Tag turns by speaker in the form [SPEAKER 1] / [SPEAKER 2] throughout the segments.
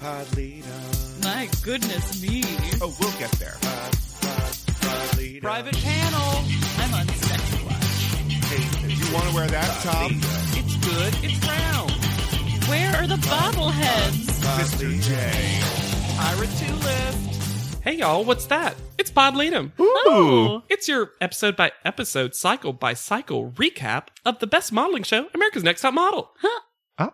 [SPEAKER 1] Podlita.
[SPEAKER 2] My goodness me.
[SPEAKER 1] Oh, we'll get there. Pod, pod, Podlita.
[SPEAKER 2] Private panel. I'm on sex watch.
[SPEAKER 1] Hey, if you want to wear that top,
[SPEAKER 2] It's good. It's round. Where are the bobbleheads?
[SPEAKER 1] Mr. J.
[SPEAKER 2] Ira to lift.
[SPEAKER 3] Hey y'all, what's that? It's Pod Leadem.
[SPEAKER 2] Oh.
[SPEAKER 3] It's your episode by episode, cycle by cycle recap of the best modeling show, America's Next Top Model. Huh?
[SPEAKER 1] Huh?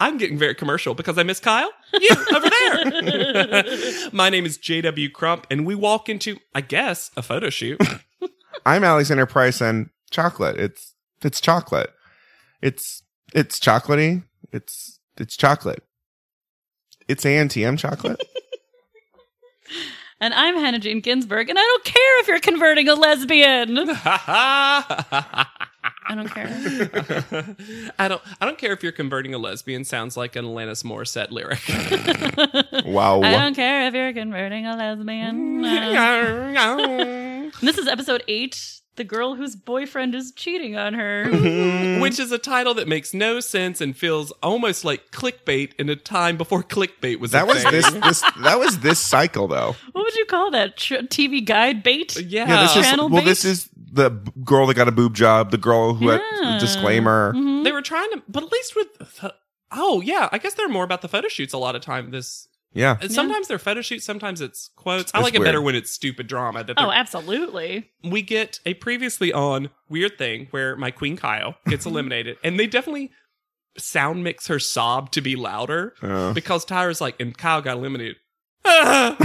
[SPEAKER 3] I'm getting very commercial because I miss Kyle. You over there. My name is JW Crump, and we walk into, I guess, a photo shoot.
[SPEAKER 1] I'm Alexander Price and chocolate. It's it's chocolate. It's it's chocolatey. It's it's chocolate. It's ANTM chocolate.
[SPEAKER 2] And I'm Hannah Jean Ginsburg, and I don't care if you're converting a lesbian. I don't care.
[SPEAKER 3] I don't I don't care if you're converting a lesbian sounds like an Alanis Morissette lyric.
[SPEAKER 1] wow.
[SPEAKER 2] I don't care if you're converting a lesbian. No. This is episode eight. The girl whose boyfriend is cheating on her.
[SPEAKER 3] which is a title that makes no sense and feels almost like clickbait in a time before clickbait was a
[SPEAKER 1] That was
[SPEAKER 3] thing.
[SPEAKER 1] this this that was this cycle though.
[SPEAKER 2] What would you call that? Tr- TV guide bait?
[SPEAKER 3] yeah,
[SPEAKER 1] Yeah, this is
[SPEAKER 2] Channel
[SPEAKER 1] well.
[SPEAKER 2] bait?
[SPEAKER 1] This is the b- girl that got a boob job. The girl who
[SPEAKER 2] Yeah.
[SPEAKER 1] had disclaimer.
[SPEAKER 2] Mm-hmm.
[SPEAKER 3] they were trying to but at least with the- oh yeah i guess they're more about the photo shoots a lot of time this
[SPEAKER 1] Yeah,
[SPEAKER 3] sometimes they're photo shoots sometimes it's quotes i
[SPEAKER 1] It's
[SPEAKER 3] like it
[SPEAKER 1] weird.
[SPEAKER 3] better when it's stupid drama that they're
[SPEAKER 2] Oh, absolutely.
[SPEAKER 3] we get a previously on weird thing where my queen Kyle gets eliminated, and they definitely sound mix her sob to be louder
[SPEAKER 1] Yeah.
[SPEAKER 3] because Tyra's like, and Kyle got eliminated. Ah!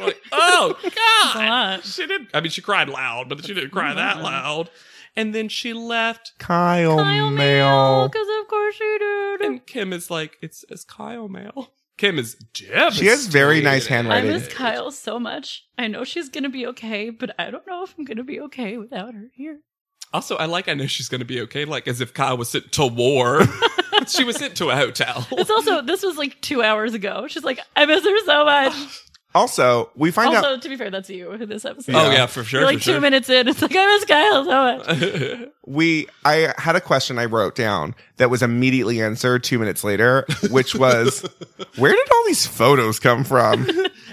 [SPEAKER 3] like, oh
[SPEAKER 2] a
[SPEAKER 3] God,
[SPEAKER 2] lot.
[SPEAKER 3] she didn't. I mean, she cried loud, but she didn't cry that loud. And then she left,
[SPEAKER 1] Kyle,
[SPEAKER 2] Kyle
[SPEAKER 1] Mail.
[SPEAKER 2] Because of course you did.
[SPEAKER 3] and Kim is like, "It's it's Kyle mail." Kim is devastated.
[SPEAKER 1] She has very nice
[SPEAKER 2] I
[SPEAKER 1] handwriting.
[SPEAKER 2] miss Kyle so much. I know she's gonna be okay, but I don't know if I'm gonna be okay without her here.
[SPEAKER 3] Also, I like. I know she's going to be okay. Like as if Kyle was sent to war. she was sent to a hotel.
[SPEAKER 2] It's also this was like two hours ago. She's like, I miss her so much.
[SPEAKER 1] Also, we find out
[SPEAKER 2] also, to be fair, that's you in this episode.
[SPEAKER 3] Oh yeah, for sure.
[SPEAKER 2] You're like
[SPEAKER 3] for
[SPEAKER 2] two
[SPEAKER 3] sure.
[SPEAKER 2] minutes in. It's like I miss Kyle so much.
[SPEAKER 1] we i had a question i wrote down that was immediately answered two minutes later which was where did all these photos come from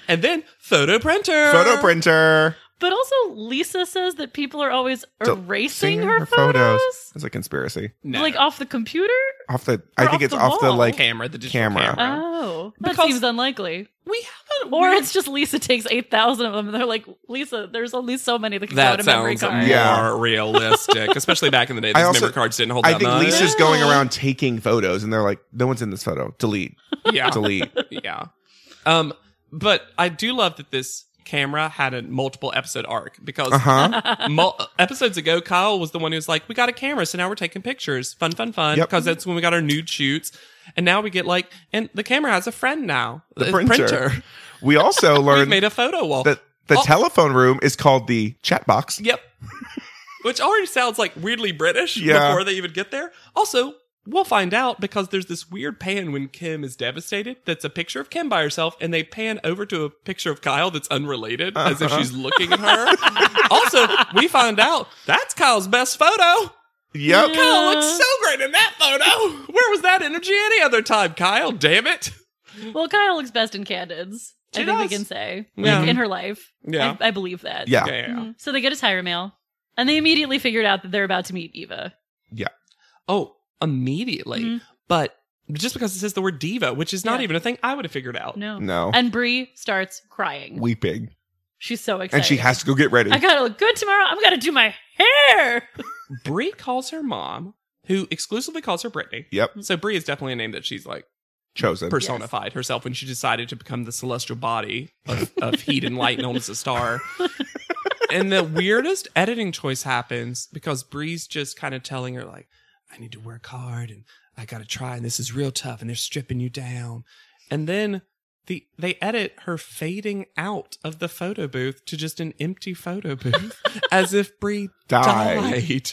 [SPEAKER 3] and then photo printer.
[SPEAKER 1] photo printer
[SPEAKER 2] But also, Lisa says that people are always erasing
[SPEAKER 1] Seeing
[SPEAKER 2] her, photos,
[SPEAKER 1] it's a conspiracy
[SPEAKER 3] No.
[SPEAKER 2] like off the computer.
[SPEAKER 1] off the i
[SPEAKER 2] Or
[SPEAKER 1] think
[SPEAKER 2] off
[SPEAKER 1] it's
[SPEAKER 2] the
[SPEAKER 1] off the
[SPEAKER 2] wall.
[SPEAKER 1] like
[SPEAKER 3] camera, the digital camera.
[SPEAKER 1] Camera.
[SPEAKER 2] Oh, that
[SPEAKER 3] Because-
[SPEAKER 2] seems unlikely.
[SPEAKER 3] We have a
[SPEAKER 2] Or
[SPEAKER 3] weird-
[SPEAKER 2] it's just Lisa takes eight thousand of them, and they're like, Lisa, there's only so many that can go
[SPEAKER 3] that
[SPEAKER 2] to memory
[SPEAKER 3] sounds more
[SPEAKER 2] card.
[SPEAKER 1] Yeah.
[SPEAKER 3] realistic, especially back in the day.
[SPEAKER 1] I
[SPEAKER 3] These
[SPEAKER 1] also-
[SPEAKER 3] memory cards didn't hold
[SPEAKER 1] i
[SPEAKER 3] that
[SPEAKER 1] think
[SPEAKER 3] much.
[SPEAKER 1] lisa's going around taking photos and they're like no one's in this photo delete
[SPEAKER 3] yeah,
[SPEAKER 1] delete
[SPEAKER 3] yeah. Um, but I do love that this camera had a multiple episode arc because
[SPEAKER 1] uh-huh
[SPEAKER 3] mul- episodes ago, Kyle was the one who was like, "We got a camera, so now we're taking pictures. Fun, fun, fun."
[SPEAKER 1] Yep.
[SPEAKER 3] Because that's when we got our nude shoots, and now we get like, and the camera has a friend now. The
[SPEAKER 1] printer. we also
[SPEAKER 3] We've
[SPEAKER 1] learned
[SPEAKER 3] made a photo wall.
[SPEAKER 1] that the
[SPEAKER 3] Oh.
[SPEAKER 1] telephone room is called the chat box
[SPEAKER 3] Yep. Which already sounds like weirdly British
[SPEAKER 1] Yeah.
[SPEAKER 3] before they even get there. Also, we'll find out because there's this weird pan when Kim is devastated that's a picture of Kim by herself, and they pan over to a picture of Kyle that's unrelated as
[SPEAKER 1] Uh-huh.
[SPEAKER 3] if she's looking at her. also, we find out that's Kyle's best photo.
[SPEAKER 1] yep
[SPEAKER 3] Kyle looks so great in that photo. Where was that energy any other time, Kyle? Damn it.
[SPEAKER 2] Well, Kyle looks best in candids.
[SPEAKER 3] She
[SPEAKER 2] I think
[SPEAKER 3] does.
[SPEAKER 2] we can say Like,
[SPEAKER 3] Yeah.
[SPEAKER 2] in her life.
[SPEAKER 3] Yeah.
[SPEAKER 2] I, I believe that.
[SPEAKER 1] yeah
[SPEAKER 3] Yeah.
[SPEAKER 2] Mhm. So they get a tire mail, and they immediately figured out that they're about to meet Eva.
[SPEAKER 3] Oh, immediately.
[SPEAKER 2] Mhm.
[SPEAKER 3] But just because it says the word diva, which is not
[SPEAKER 2] Yeah.
[SPEAKER 3] even a thing I would have figured out.
[SPEAKER 2] No,
[SPEAKER 1] no
[SPEAKER 2] And Bree starts crying.
[SPEAKER 1] weeping
[SPEAKER 2] She's so excited,
[SPEAKER 1] and she has to go get ready
[SPEAKER 2] I gotta look good tomorrow. I'm gonna do my hair.
[SPEAKER 3] Brie calls her mom, who exclusively calls her Brittany.
[SPEAKER 1] yep
[SPEAKER 2] Mm-hmm.
[SPEAKER 3] So Brie is definitely a name that she's like
[SPEAKER 1] chosen
[SPEAKER 3] personified herself when she decided to become the celestial body of, of heat and light known as a star. and the weirdest editing choice happens because Brie's just kind of telling her like, I need to work hard and I got to try and this is real tough and they're stripping you down. And then the they edit her fading out of the photo booth to just an empty photo booth as if Bree
[SPEAKER 1] Died.
[SPEAKER 3] died.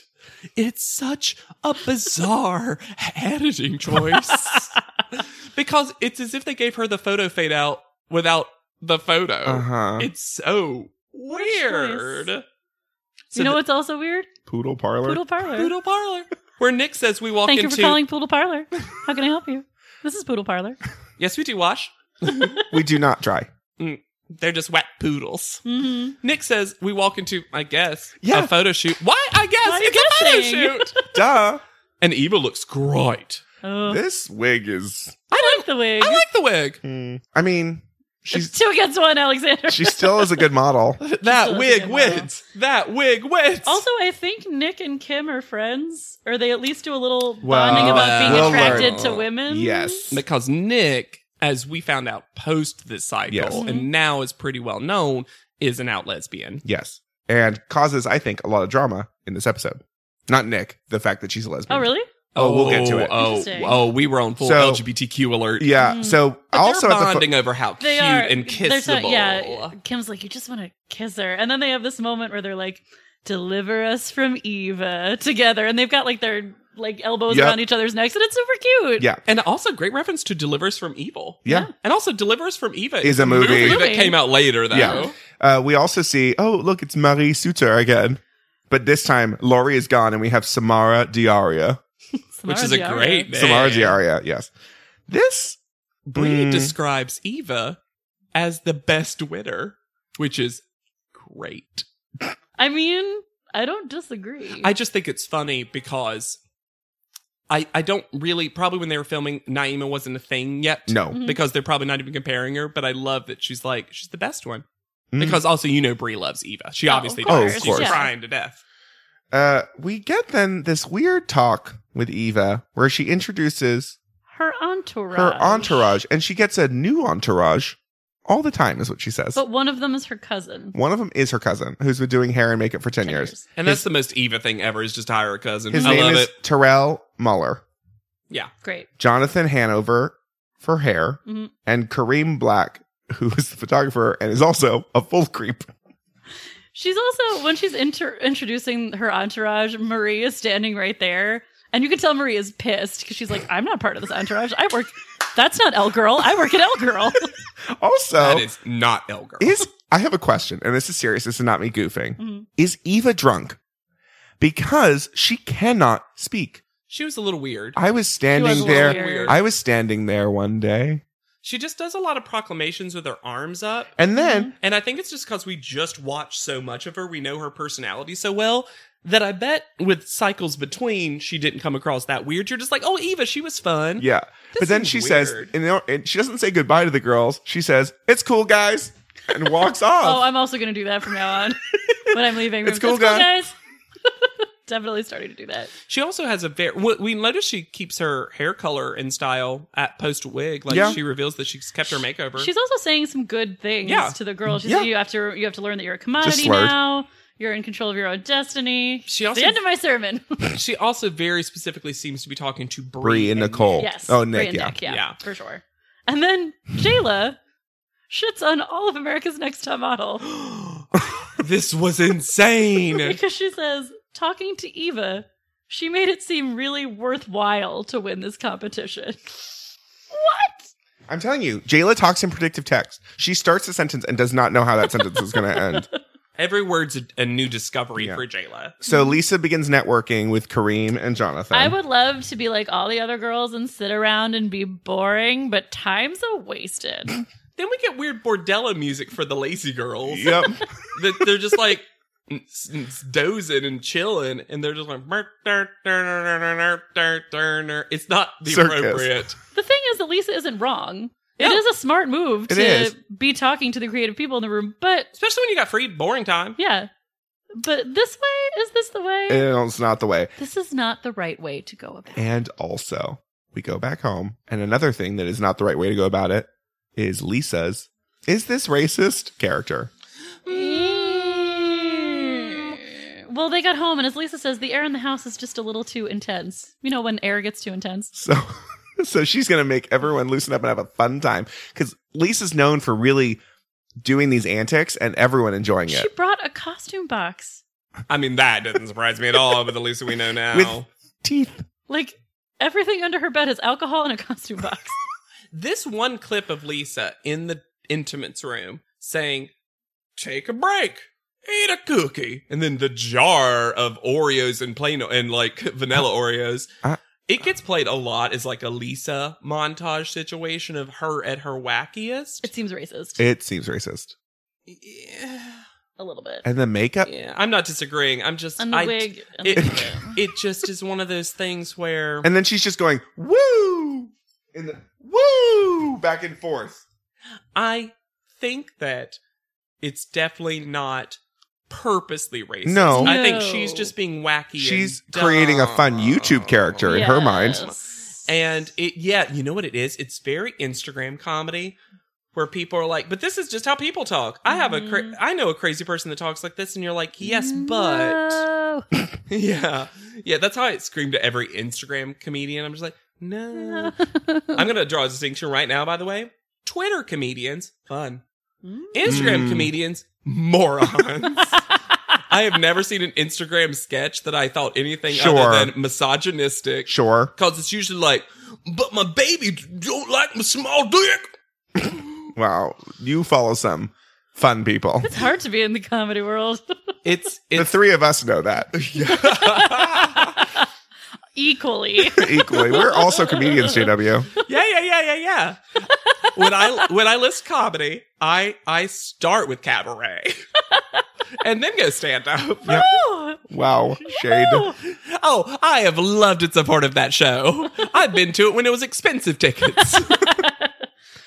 [SPEAKER 3] It's such a bizarre editing choice because it's as if they gave her the photo fade out without the photo.
[SPEAKER 1] Uh huh.
[SPEAKER 3] It's so weird. So
[SPEAKER 2] you know
[SPEAKER 3] the-
[SPEAKER 2] what's also weird?
[SPEAKER 1] Poodle parlor.
[SPEAKER 2] Poodle parlor.
[SPEAKER 3] Poodle parlor. Where Nick says we walk
[SPEAKER 2] Thank you
[SPEAKER 3] into
[SPEAKER 2] for calling Poodle Parlor. How can I help you? This is Poodle Parlor.
[SPEAKER 3] Yes, we do wash.
[SPEAKER 1] We do not try.
[SPEAKER 3] They're just wet poodles.
[SPEAKER 2] Mm-hmm.
[SPEAKER 3] Nick says we walk into, I guess,
[SPEAKER 1] Yeah.
[SPEAKER 3] a photo shoot. Why? I guess
[SPEAKER 2] Why are you
[SPEAKER 3] it's a photo
[SPEAKER 2] guessing?
[SPEAKER 3] shoot.
[SPEAKER 1] Duh.
[SPEAKER 3] and Eva looks great.
[SPEAKER 2] Oh,
[SPEAKER 1] This wig is.
[SPEAKER 2] I like the wig.
[SPEAKER 3] I like the wig.
[SPEAKER 1] Hmm. I mean, she's
[SPEAKER 2] Two against one, Alexander.
[SPEAKER 1] she still is a good model.
[SPEAKER 3] That
[SPEAKER 2] a
[SPEAKER 3] wig
[SPEAKER 2] good model.
[SPEAKER 3] wins. That wig wins.
[SPEAKER 2] Also, I think Nick and Kim are friends, or they at least do a little
[SPEAKER 1] Well,
[SPEAKER 2] bonding about being
[SPEAKER 3] we'll
[SPEAKER 2] attracted
[SPEAKER 1] learn.
[SPEAKER 2] to women.
[SPEAKER 1] Yes.
[SPEAKER 3] because Nick, as we found out post this cycle,
[SPEAKER 1] Yes.
[SPEAKER 2] Mm-hmm.
[SPEAKER 3] and now is pretty well known, is an out lesbian.
[SPEAKER 1] Yes. And causes, I think, a lot of drama in this episode. Not Nick, the fact that she's a lesbian.
[SPEAKER 2] Oh, really?
[SPEAKER 1] Oh, we'll get to it.
[SPEAKER 3] Oh,
[SPEAKER 2] Interesting.
[SPEAKER 3] oh, we were on full
[SPEAKER 1] So-
[SPEAKER 3] LGBTQ alert.
[SPEAKER 1] Yeah.
[SPEAKER 2] Mm.
[SPEAKER 1] So
[SPEAKER 3] But
[SPEAKER 1] also
[SPEAKER 3] they're
[SPEAKER 1] at the
[SPEAKER 3] bonding over how
[SPEAKER 2] They
[SPEAKER 3] cute
[SPEAKER 2] are
[SPEAKER 3] and
[SPEAKER 2] they're so-
[SPEAKER 3] kissable.
[SPEAKER 2] yeah. Kim's like, you just want to kiss her, and then they have this moment where they're like, "Deliver us from Eva" together, and they've got like their like elbows
[SPEAKER 1] Yep.
[SPEAKER 2] around each other's necks, and it's super cute.
[SPEAKER 1] Yeah.
[SPEAKER 3] And also, great reference to "Deliver Us from Evil."
[SPEAKER 1] Yeah.
[SPEAKER 3] and also "Deliver Us from Eva"
[SPEAKER 1] Is a movie.
[SPEAKER 3] that
[SPEAKER 2] Movie.
[SPEAKER 3] came out later, though.
[SPEAKER 1] Yeah. Uh, we also see, oh, look, it's Marie Suter again. But this time, Laurie is gone and we have Samara Diaria.
[SPEAKER 3] which
[SPEAKER 2] Samara
[SPEAKER 3] is a
[SPEAKER 2] Diarra.
[SPEAKER 3] great name.
[SPEAKER 1] Samara Diaria, yes. This,
[SPEAKER 3] Bree
[SPEAKER 1] Mm.
[SPEAKER 3] describes Eva as the best winner, which is great.
[SPEAKER 2] I mean, I don't disagree.
[SPEAKER 3] I just think it's funny because I I don't really probably when they were filming Naima wasn't a thing yet.
[SPEAKER 1] no.
[SPEAKER 2] Mhm.
[SPEAKER 3] Because they're probably not even comparing her, but I love that she's like she's the best one.
[SPEAKER 1] Mm.
[SPEAKER 3] Because also you know Brie loves Eva. She
[SPEAKER 2] Oh, of
[SPEAKER 3] obviously
[SPEAKER 1] course.
[SPEAKER 3] does.
[SPEAKER 1] Oh, of
[SPEAKER 3] She's
[SPEAKER 1] course.
[SPEAKER 3] crying to death.
[SPEAKER 1] Uh, we get then this weird talk with Eva where she introduces
[SPEAKER 2] her entourage.
[SPEAKER 1] her entourage and she gets a new entourage all the time, is what she says.
[SPEAKER 2] But one of them is her cousin.
[SPEAKER 1] One of them is her cousin who's been doing hair and makeup for 10, years.
[SPEAKER 3] And that's the most Eva thing ever is just to hire a cousin.
[SPEAKER 1] His
[SPEAKER 3] I
[SPEAKER 1] name
[SPEAKER 3] love
[SPEAKER 1] is
[SPEAKER 3] it.
[SPEAKER 1] Terrell Muller,
[SPEAKER 3] Yeah.
[SPEAKER 2] Great.
[SPEAKER 1] Jonathan Hanover for hair,
[SPEAKER 2] Mhm.
[SPEAKER 1] and Kareem Black, who is the photographer and is also a full creep.
[SPEAKER 2] She's also when she's inter- introducing her entourage, Marie is standing right there, and you can tell Marie is pissed because she's like, "I'm not part of this entourage. I work. That's not L girl. I work at L girl."
[SPEAKER 1] Also,
[SPEAKER 3] That is not Elgar.
[SPEAKER 1] is I have a question, and this is serious. This is not me goofing.
[SPEAKER 2] Mhm.
[SPEAKER 1] Is Eva drunk? Because she cannot speak.
[SPEAKER 3] She was a little weird.
[SPEAKER 1] I was
[SPEAKER 2] She
[SPEAKER 1] standing
[SPEAKER 2] was a
[SPEAKER 1] there.
[SPEAKER 2] little weird.
[SPEAKER 1] I was standing there one day,
[SPEAKER 3] She just does a lot of proclamations with her arms up.
[SPEAKER 1] and then
[SPEAKER 2] Mm-hmm.
[SPEAKER 3] And I think it's just because we just watch so much of her, we know her personality so well that I bet with cycles between, she didn't come across that weird. You're just like, oh, Eva, she was fun.
[SPEAKER 1] yeah,
[SPEAKER 3] This
[SPEAKER 1] but then
[SPEAKER 3] is
[SPEAKER 1] she
[SPEAKER 3] weird.
[SPEAKER 1] says, and, they don't- and she doesn't say goodbye to the girls. She says, "It's cool, guys," and walks off.
[SPEAKER 2] Oh, I'm also gonna do that from now on when I'm leaving.
[SPEAKER 1] It's cool,
[SPEAKER 2] rooms. guys. Definitely starting to do that.
[SPEAKER 3] she also has a very. We, we notice she keeps her hair color and style at post wig. Like
[SPEAKER 1] Yeah.
[SPEAKER 3] she reveals that she's kept her makeover.
[SPEAKER 2] She's also saying some good things
[SPEAKER 3] Yeah.
[SPEAKER 2] to the girl. She's
[SPEAKER 1] Yeah.
[SPEAKER 2] saying you have to you have to learn that you're a commodity
[SPEAKER 1] slurred.
[SPEAKER 2] now. You're in control of your own destiny.
[SPEAKER 3] She
[SPEAKER 2] It's
[SPEAKER 3] also-
[SPEAKER 2] the end of my sermon.
[SPEAKER 3] she also very specifically seems to be talking to Brie,
[SPEAKER 1] Bree and Nicole.
[SPEAKER 2] Yes.
[SPEAKER 1] Oh,
[SPEAKER 2] Bree
[SPEAKER 1] Nick.
[SPEAKER 2] and
[SPEAKER 1] Yeah.
[SPEAKER 2] Nick, yeah,
[SPEAKER 3] Yeah.
[SPEAKER 2] for sure. And then Jayla shits on all of America's Next Top Model
[SPEAKER 3] this was insane.
[SPEAKER 2] because she says, talking to Eva, she made it seem really worthwhile to win this competition.
[SPEAKER 1] I'm telling you, Jayla talks in predictive text. She starts a sentence and does not know how that sentence is going to end.
[SPEAKER 3] Every word's a, a new discovery
[SPEAKER 1] Yeah.
[SPEAKER 3] for Jayla.
[SPEAKER 1] So Lisa begins networking with Kareem and Jonathan.
[SPEAKER 2] I would love to be like all the other girls and sit around and be boring, but time's a wasted.
[SPEAKER 3] Then we get weird bordella music for the lazy girls.
[SPEAKER 1] Yep.
[SPEAKER 3] that they're just like n- s- dozing and chilling, and they're just like "Mer- der- der- der- der- der- der- der- der." it's not the
[SPEAKER 1] Circus.
[SPEAKER 3] appropriate.
[SPEAKER 2] the thing is that Lisa isn't wrong. It
[SPEAKER 3] No.
[SPEAKER 2] is a smart move
[SPEAKER 1] It
[SPEAKER 2] to
[SPEAKER 1] is.
[SPEAKER 2] be talking to the creative people in the room, but
[SPEAKER 3] Especially when you got free boring time.
[SPEAKER 2] yeah. But this way? Is this the way?
[SPEAKER 1] And it's not the way.
[SPEAKER 2] This is not the right way to go about it.
[SPEAKER 1] And also, we go back home. And another thing that is not the right way to go about it is Lisa's. Is this racist character?
[SPEAKER 2] Mm. Well, they got home, and as Lisa says, the air in the house is just a little too intense. You know, when air gets too intense.
[SPEAKER 1] So so she's gonna make everyone loosen up and have a fun time because Lisa's known for really doing these antics and everyone enjoying it.
[SPEAKER 2] She brought a costume box.
[SPEAKER 3] I mean, that doesn't surprise me at all with the Lisa we know now.
[SPEAKER 1] With- Teeth.
[SPEAKER 2] Like, everything under her bed is alcohol in a costume box.
[SPEAKER 3] this one clip of Lisa in the intimates room saying, "Take a break, eat a cookie," and then the jar of Oreos and plain and like vanilla Oreos.
[SPEAKER 1] Uh,
[SPEAKER 3] it gets played a lot as like a Lisa montage situation of her at her wackiest.
[SPEAKER 2] it seems racist.
[SPEAKER 1] It seems racist.
[SPEAKER 3] yeah,
[SPEAKER 2] a little bit.
[SPEAKER 1] And the makeup.
[SPEAKER 3] yeah, I'm not disagreeing. I'm just
[SPEAKER 2] And the
[SPEAKER 3] I-
[SPEAKER 2] wig. And
[SPEAKER 3] it-
[SPEAKER 2] the hair.
[SPEAKER 3] It just is one of those things where
[SPEAKER 1] And then she's just going, woo! In the woo! Back and forth.
[SPEAKER 3] I think that it's definitely not purposely racist.
[SPEAKER 1] No.
[SPEAKER 3] I think
[SPEAKER 2] No.
[SPEAKER 3] she's just being wacky. and
[SPEAKER 1] She's
[SPEAKER 3] dumb.
[SPEAKER 1] creating a fun YouTube character in her mind.
[SPEAKER 2] Yes.
[SPEAKER 3] And it, yeah, you know what it is? It's very Instagram comedy where people are like, "But this is just how people talk." I have a, cra-
[SPEAKER 2] Mhm.
[SPEAKER 3] I know a crazy person that talks like this, and you're like, "Yes, but
[SPEAKER 2] No.
[SPEAKER 3] yeah, yeah." That's how I scream to every Instagram comedian. I'm just like, "No." I'm gonna draw a distinction right now. By the way, Twitter comedians fun, Instagram
[SPEAKER 1] Mm.
[SPEAKER 3] comedians morons. I have never seen an Instagram sketch that I thought anything
[SPEAKER 1] Sure.
[SPEAKER 3] other than misogynistic.
[SPEAKER 1] Sure.
[SPEAKER 3] Because it's usually like, but my baby don't like my small dick.
[SPEAKER 1] Wow. You follow some fun people.
[SPEAKER 2] it's hard to be in the comedy world.
[SPEAKER 3] It's
[SPEAKER 1] The
[SPEAKER 3] it's
[SPEAKER 1] three of us know that
[SPEAKER 2] Equally.
[SPEAKER 1] equally. We're also comedians, JW.
[SPEAKER 3] yeah yeah yeah yeah yeah. when I when I list comedy, I I start with cabaret, and then go stand up.
[SPEAKER 2] Woo!
[SPEAKER 1] Wow. Shade.
[SPEAKER 2] Woo!
[SPEAKER 3] Oh, I have loved and supported that show. I've been to it when it was expensive tickets.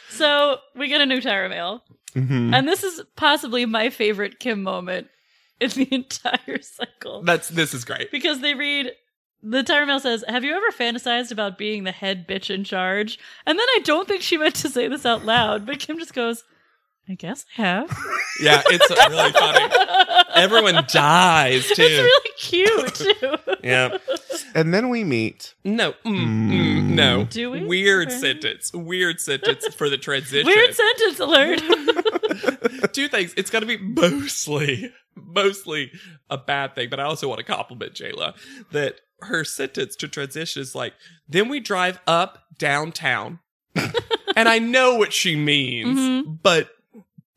[SPEAKER 2] So we get a new Tyra Mail.
[SPEAKER 1] Mhm.
[SPEAKER 2] And this is possibly my favorite Kim moment in the entire cycle.
[SPEAKER 3] That's this is great.
[SPEAKER 2] Because they read the Tyra Mail says, Have you ever fantasized about being the head bitch in charge? And then I don't think she meant to say this out loud, but Kim just goes, I guess I have.
[SPEAKER 3] Yeah, it's really funny. Everyone dies too.
[SPEAKER 2] It's really cute too.
[SPEAKER 3] yeah.
[SPEAKER 1] And then we meet.
[SPEAKER 3] No. Mm, mm, no.
[SPEAKER 2] Do we?
[SPEAKER 3] Weird
[SPEAKER 2] Okay.
[SPEAKER 3] sentence. Weird sentence for the transition.
[SPEAKER 2] Weird sentence alert.
[SPEAKER 3] Two things. It's going to be mostly, mostly a bad thing, but I also want to compliment Jayla that her sentence to transition is like, then we drive up downtown. and I know what she means, but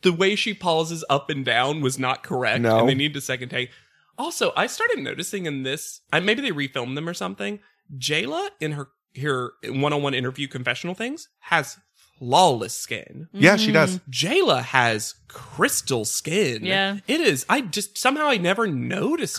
[SPEAKER 3] the way she pauses up and down was not correct.
[SPEAKER 1] No.
[SPEAKER 3] And they need a second take. Also, I started noticing in this, I, maybe they refilmed them or something. Jayla in her her one-on-one interview confessional things has flawless skin.
[SPEAKER 1] Yeah, she does.
[SPEAKER 3] Jayla has crystal skin.
[SPEAKER 2] Yeah.
[SPEAKER 3] It is. I just somehow I never noticed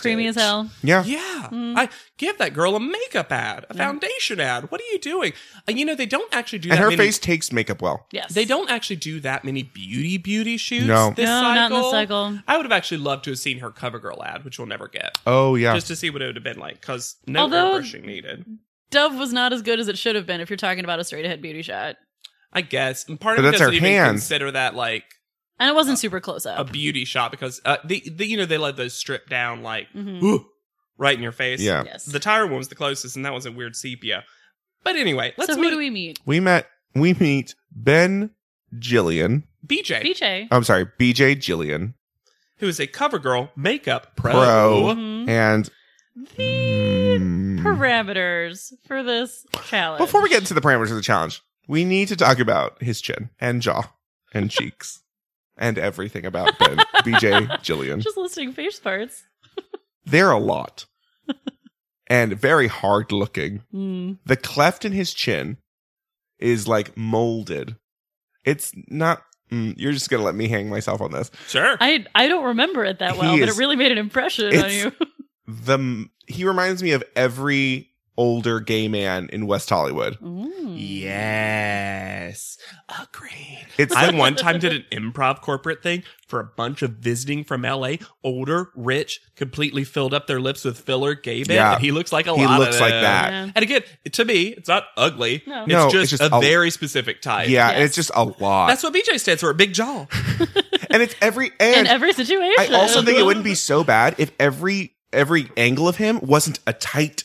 [SPEAKER 2] Creamy
[SPEAKER 3] it.
[SPEAKER 2] as hell.
[SPEAKER 3] Mm-hmm.
[SPEAKER 2] Mm-hmm.
[SPEAKER 1] Yeah.
[SPEAKER 3] Yeah. I give that girl a makeup ad, a foundation ad. What are you doing? And you know, they don't actually do
[SPEAKER 1] And
[SPEAKER 3] that
[SPEAKER 1] her
[SPEAKER 3] many-
[SPEAKER 1] face takes makeup well.
[SPEAKER 2] Yes.
[SPEAKER 3] They don't actually do that many beauty beauty shoots
[SPEAKER 1] No.
[SPEAKER 3] this
[SPEAKER 2] No,
[SPEAKER 3] cycle.
[SPEAKER 2] not in this cycle.
[SPEAKER 3] I would have actually loved to have seen her CoverGirl ad, which we'll never get.
[SPEAKER 1] Oh yeah.
[SPEAKER 3] Just to see what it would have been like, because no
[SPEAKER 2] Although-
[SPEAKER 3] airbrushing needed.
[SPEAKER 2] Dove was not as good as it should have been if you're talking about a straight ahead beauty shot.
[SPEAKER 3] I guess. And part
[SPEAKER 1] But
[SPEAKER 3] of it
[SPEAKER 1] that's her
[SPEAKER 3] doesn't even
[SPEAKER 1] hands.
[SPEAKER 3] consider that like
[SPEAKER 2] And it wasn't super close
[SPEAKER 3] a
[SPEAKER 2] up.
[SPEAKER 3] beauty shot because uh, the, the you know they let those strip down like
[SPEAKER 2] Mhm.
[SPEAKER 3] "Ooh," right in your face.
[SPEAKER 1] Mm-hmm. Yeah.
[SPEAKER 2] Yes.
[SPEAKER 3] The tire one was the closest, and that was a weird sepia. But anyway, let's
[SPEAKER 2] so who
[SPEAKER 3] meet
[SPEAKER 2] do we meet?
[SPEAKER 1] We met. We meet Ben Gillian.
[SPEAKER 3] BJ,
[SPEAKER 2] BJ.
[SPEAKER 1] I'm sorry, BJ Gillian
[SPEAKER 3] who is a cover girl makeup pro.
[SPEAKER 1] Pro.
[SPEAKER 2] Mhm.
[SPEAKER 3] Mm-hmm.
[SPEAKER 1] and
[SPEAKER 2] The
[SPEAKER 1] Mm.
[SPEAKER 2] parameters for this challenge.
[SPEAKER 1] Before we get into the parameters of the challenge, we need to talk about his chin and jaw and cheeks and everything about Ben, BJ, Gillian.
[SPEAKER 2] just listing face parts.
[SPEAKER 1] They're a lot and very hard looking.
[SPEAKER 2] Mm.
[SPEAKER 1] The cleft in his chin is like molded. It's not. Mm, you're just gonna let me hang myself on this.
[SPEAKER 3] Sure.
[SPEAKER 2] I I don't remember it that
[SPEAKER 1] He
[SPEAKER 2] well, but
[SPEAKER 1] is-
[SPEAKER 2] it really made an impression on
[SPEAKER 1] it's-
[SPEAKER 2] you.
[SPEAKER 1] The m- he reminds me of every older gay man in West Hollywood.
[SPEAKER 2] Mm.
[SPEAKER 3] yes. Agreed.
[SPEAKER 1] It's
[SPEAKER 3] I one time did an improv corporate thing for a bunch of visiting from LA, older, rich, completely filled up their lips with filler gay men.
[SPEAKER 1] Yeah.
[SPEAKER 3] and He looks like a
[SPEAKER 1] He
[SPEAKER 3] lot
[SPEAKER 1] looks
[SPEAKER 3] of
[SPEAKER 1] like
[SPEAKER 3] them.
[SPEAKER 1] that.
[SPEAKER 2] Yeah.
[SPEAKER 3] And again, to me, it's not ugly.
[SPEAKER 2] No.
[SPEAKER 3] It's,
[SPEAKER 1] No, it's
[SPEAKER 3] just
[SPEAKER 1] just
[SPEAKER 3] a,
[SPEAKER 1] a-
[SPEAKER 3] very specific type.
[SPEAKER 1] yeah, and
[SPEAKER 2] Yes.
[SPEAKER 1] it's just a lot.
[SPEAKER 3] That's what BJ stands for, big jaw.
[SPEAKER 1] and it's every and
[SPEAKER 2] In every situation.
[SPEAKER 1] I also think it wouldn't be so bad if every every angle of him wasn't a tight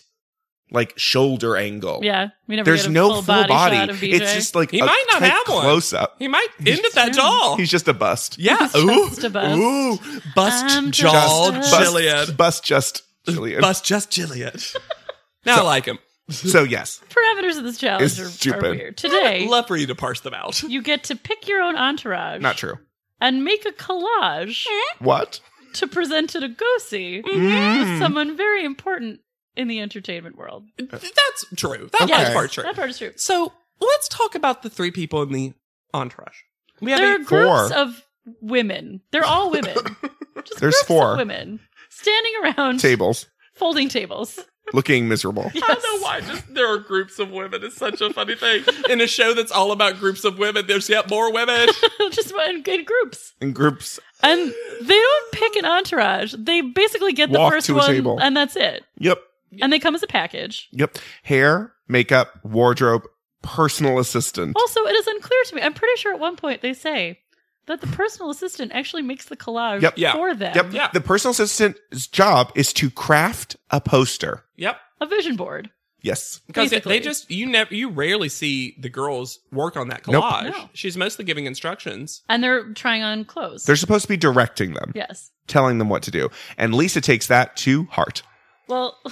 [SPEAKER 1] like shoulder angle.
[SPEAKER 2] Yeah, we never.
[SPEAKER 1] There's
[SPEAKER 2] get a
[SPEAKER 1] no
[SPEAKER 2] full
[SPEAKER 1] full, body.
[SPEAKER 2] shot of BJ.
[SPEAKER 1] It's just like
[SPEAKER 3] He
[SPEAKER 1] a
[SPEAKER 3] might not
[SPEAKER 1] tight
[SPEAKER 3] have one.
[SPEAKER 1] close up.
[SPEAKER 3] He might end at that
[SPEAKER 2] Yeah.
[SPEAKER 3] jaw.
[SPEAKER 1] He's just a bust.
[SPEAKER 3] Yeah.
[SPEAKER 2] He's
[SPEAKER 3] Ooh.
[SPEAKER 2] just a bust.
[SPEAKER 3] Ooh. Bust
[SPEAKER 2] I'm
[SPEAKER 3] jaw
[SPEAKER 2] just a
[SPEAKER 1] bust,
[SPEAKER 3] Gilead.
[SPEAKER 1] Bust just Jillian.
[SPEAKER 3] Bust just Gilead. now I like him.
[SPEAKER 1] So yes.
[SPEAKER 2] parameters of this challenge
[SPEAKER 1] It's
[SPEAKER 2] are,
[SPEAKER 1] stupid.
[SPEAKER 2] are weird. Today,
[SPEAKER 3] Love for you to parse them out.
[SPEAKER 2] you get to pick your own entourage
[SPEAKER 1] Not true.
[SPEAKER 2] and make a collage
[SPEAKER 1] What?
[SPEAKER 2] to present to Lugosi
[SPEAKER 1] Mm.
[SPEAKER 2] as someone very important in the entertainment world.
[SPEAKER 3] That's true. That
[SPEAKER 1] Okay.
[SPEAKER 3] part's part true.
[SPEAKER 2] That part is true.
[SPEAKER 3] So let's talk about the three people in the entourage. We have
[SPEAKER 2] There are
[SPEAKER 3] a,
[SPEAKER 1] four.
[SPEAKER 2] groups of women. They're all women. Just
[SPEAKER 1] There's
[SPEAKER 2] groups of
[SPEAKER 1] four.
[SPEAKER 2] women standing around
[SPEAKER 1] Tables
[SPEAKER 2] folding tables.
[SPEAKER 1] looking miserable.
[SPEAKER 3] I don't know why. Just there are groups of women. It's such a funny thing in a show that's all about groups of women. There's yet more women.
[SPEAKER 2] Just in, in groups.
[SPEAKER 1] In groups
[SPEAKER 2] And they don't pick an entourage. They basically get the
[SPEAKER 1] Walk
[SPEAKER 2] first
[SPEAKER 1] to a
[SPEAKER 2] one
[SPEAKER 1] table.
[SPEAKER 2] and that's it.
[SPEAKER 1] Yep.
[SPEAKER 2] And they come as a package.
[SPEAKER 1] Yep. Hair, makeup, wardrobe, personal assistant.
[SPEAKER 3] Oh,
[SPEAKER 2] Also, it is unclear to me. I'm pretty sure at one point they say that the personal assistant actually makes the collage
[SPEAKER 1] Yep.
[SPEAKER 3] Yeah.
[SPEAKER 2] for them.
[SPEAKER 1] Yep.
[SPEAKER 3] Yeah.
[SPEAKER 1] The personal assistant's job is to craft a poster.
[SPEAKER 3] Yep.
[SPEAKER 2] A vision board.
[SPEAKER 1] Yes.
[SPEAKER 3] Because they-
[SPEAKER 2] Basically.
[SPEAKER 3] they just you never you rarely see the girls work on that
[SPEAKER 1] Nope.
[SPEAKER 3] collage.
[SPEAKER 2] No.
[SPEAKER 3] She's mostly giving instructions.
[SPEAKER 2] And they're trying on clothes.
[SPEAKER 1] They're supposed to be directing them,
[SPEAKER 2] yes.
[SPEAKER 1] telling them what to do. And Lisa takes that to heart.
[SPEAKER 2] Well,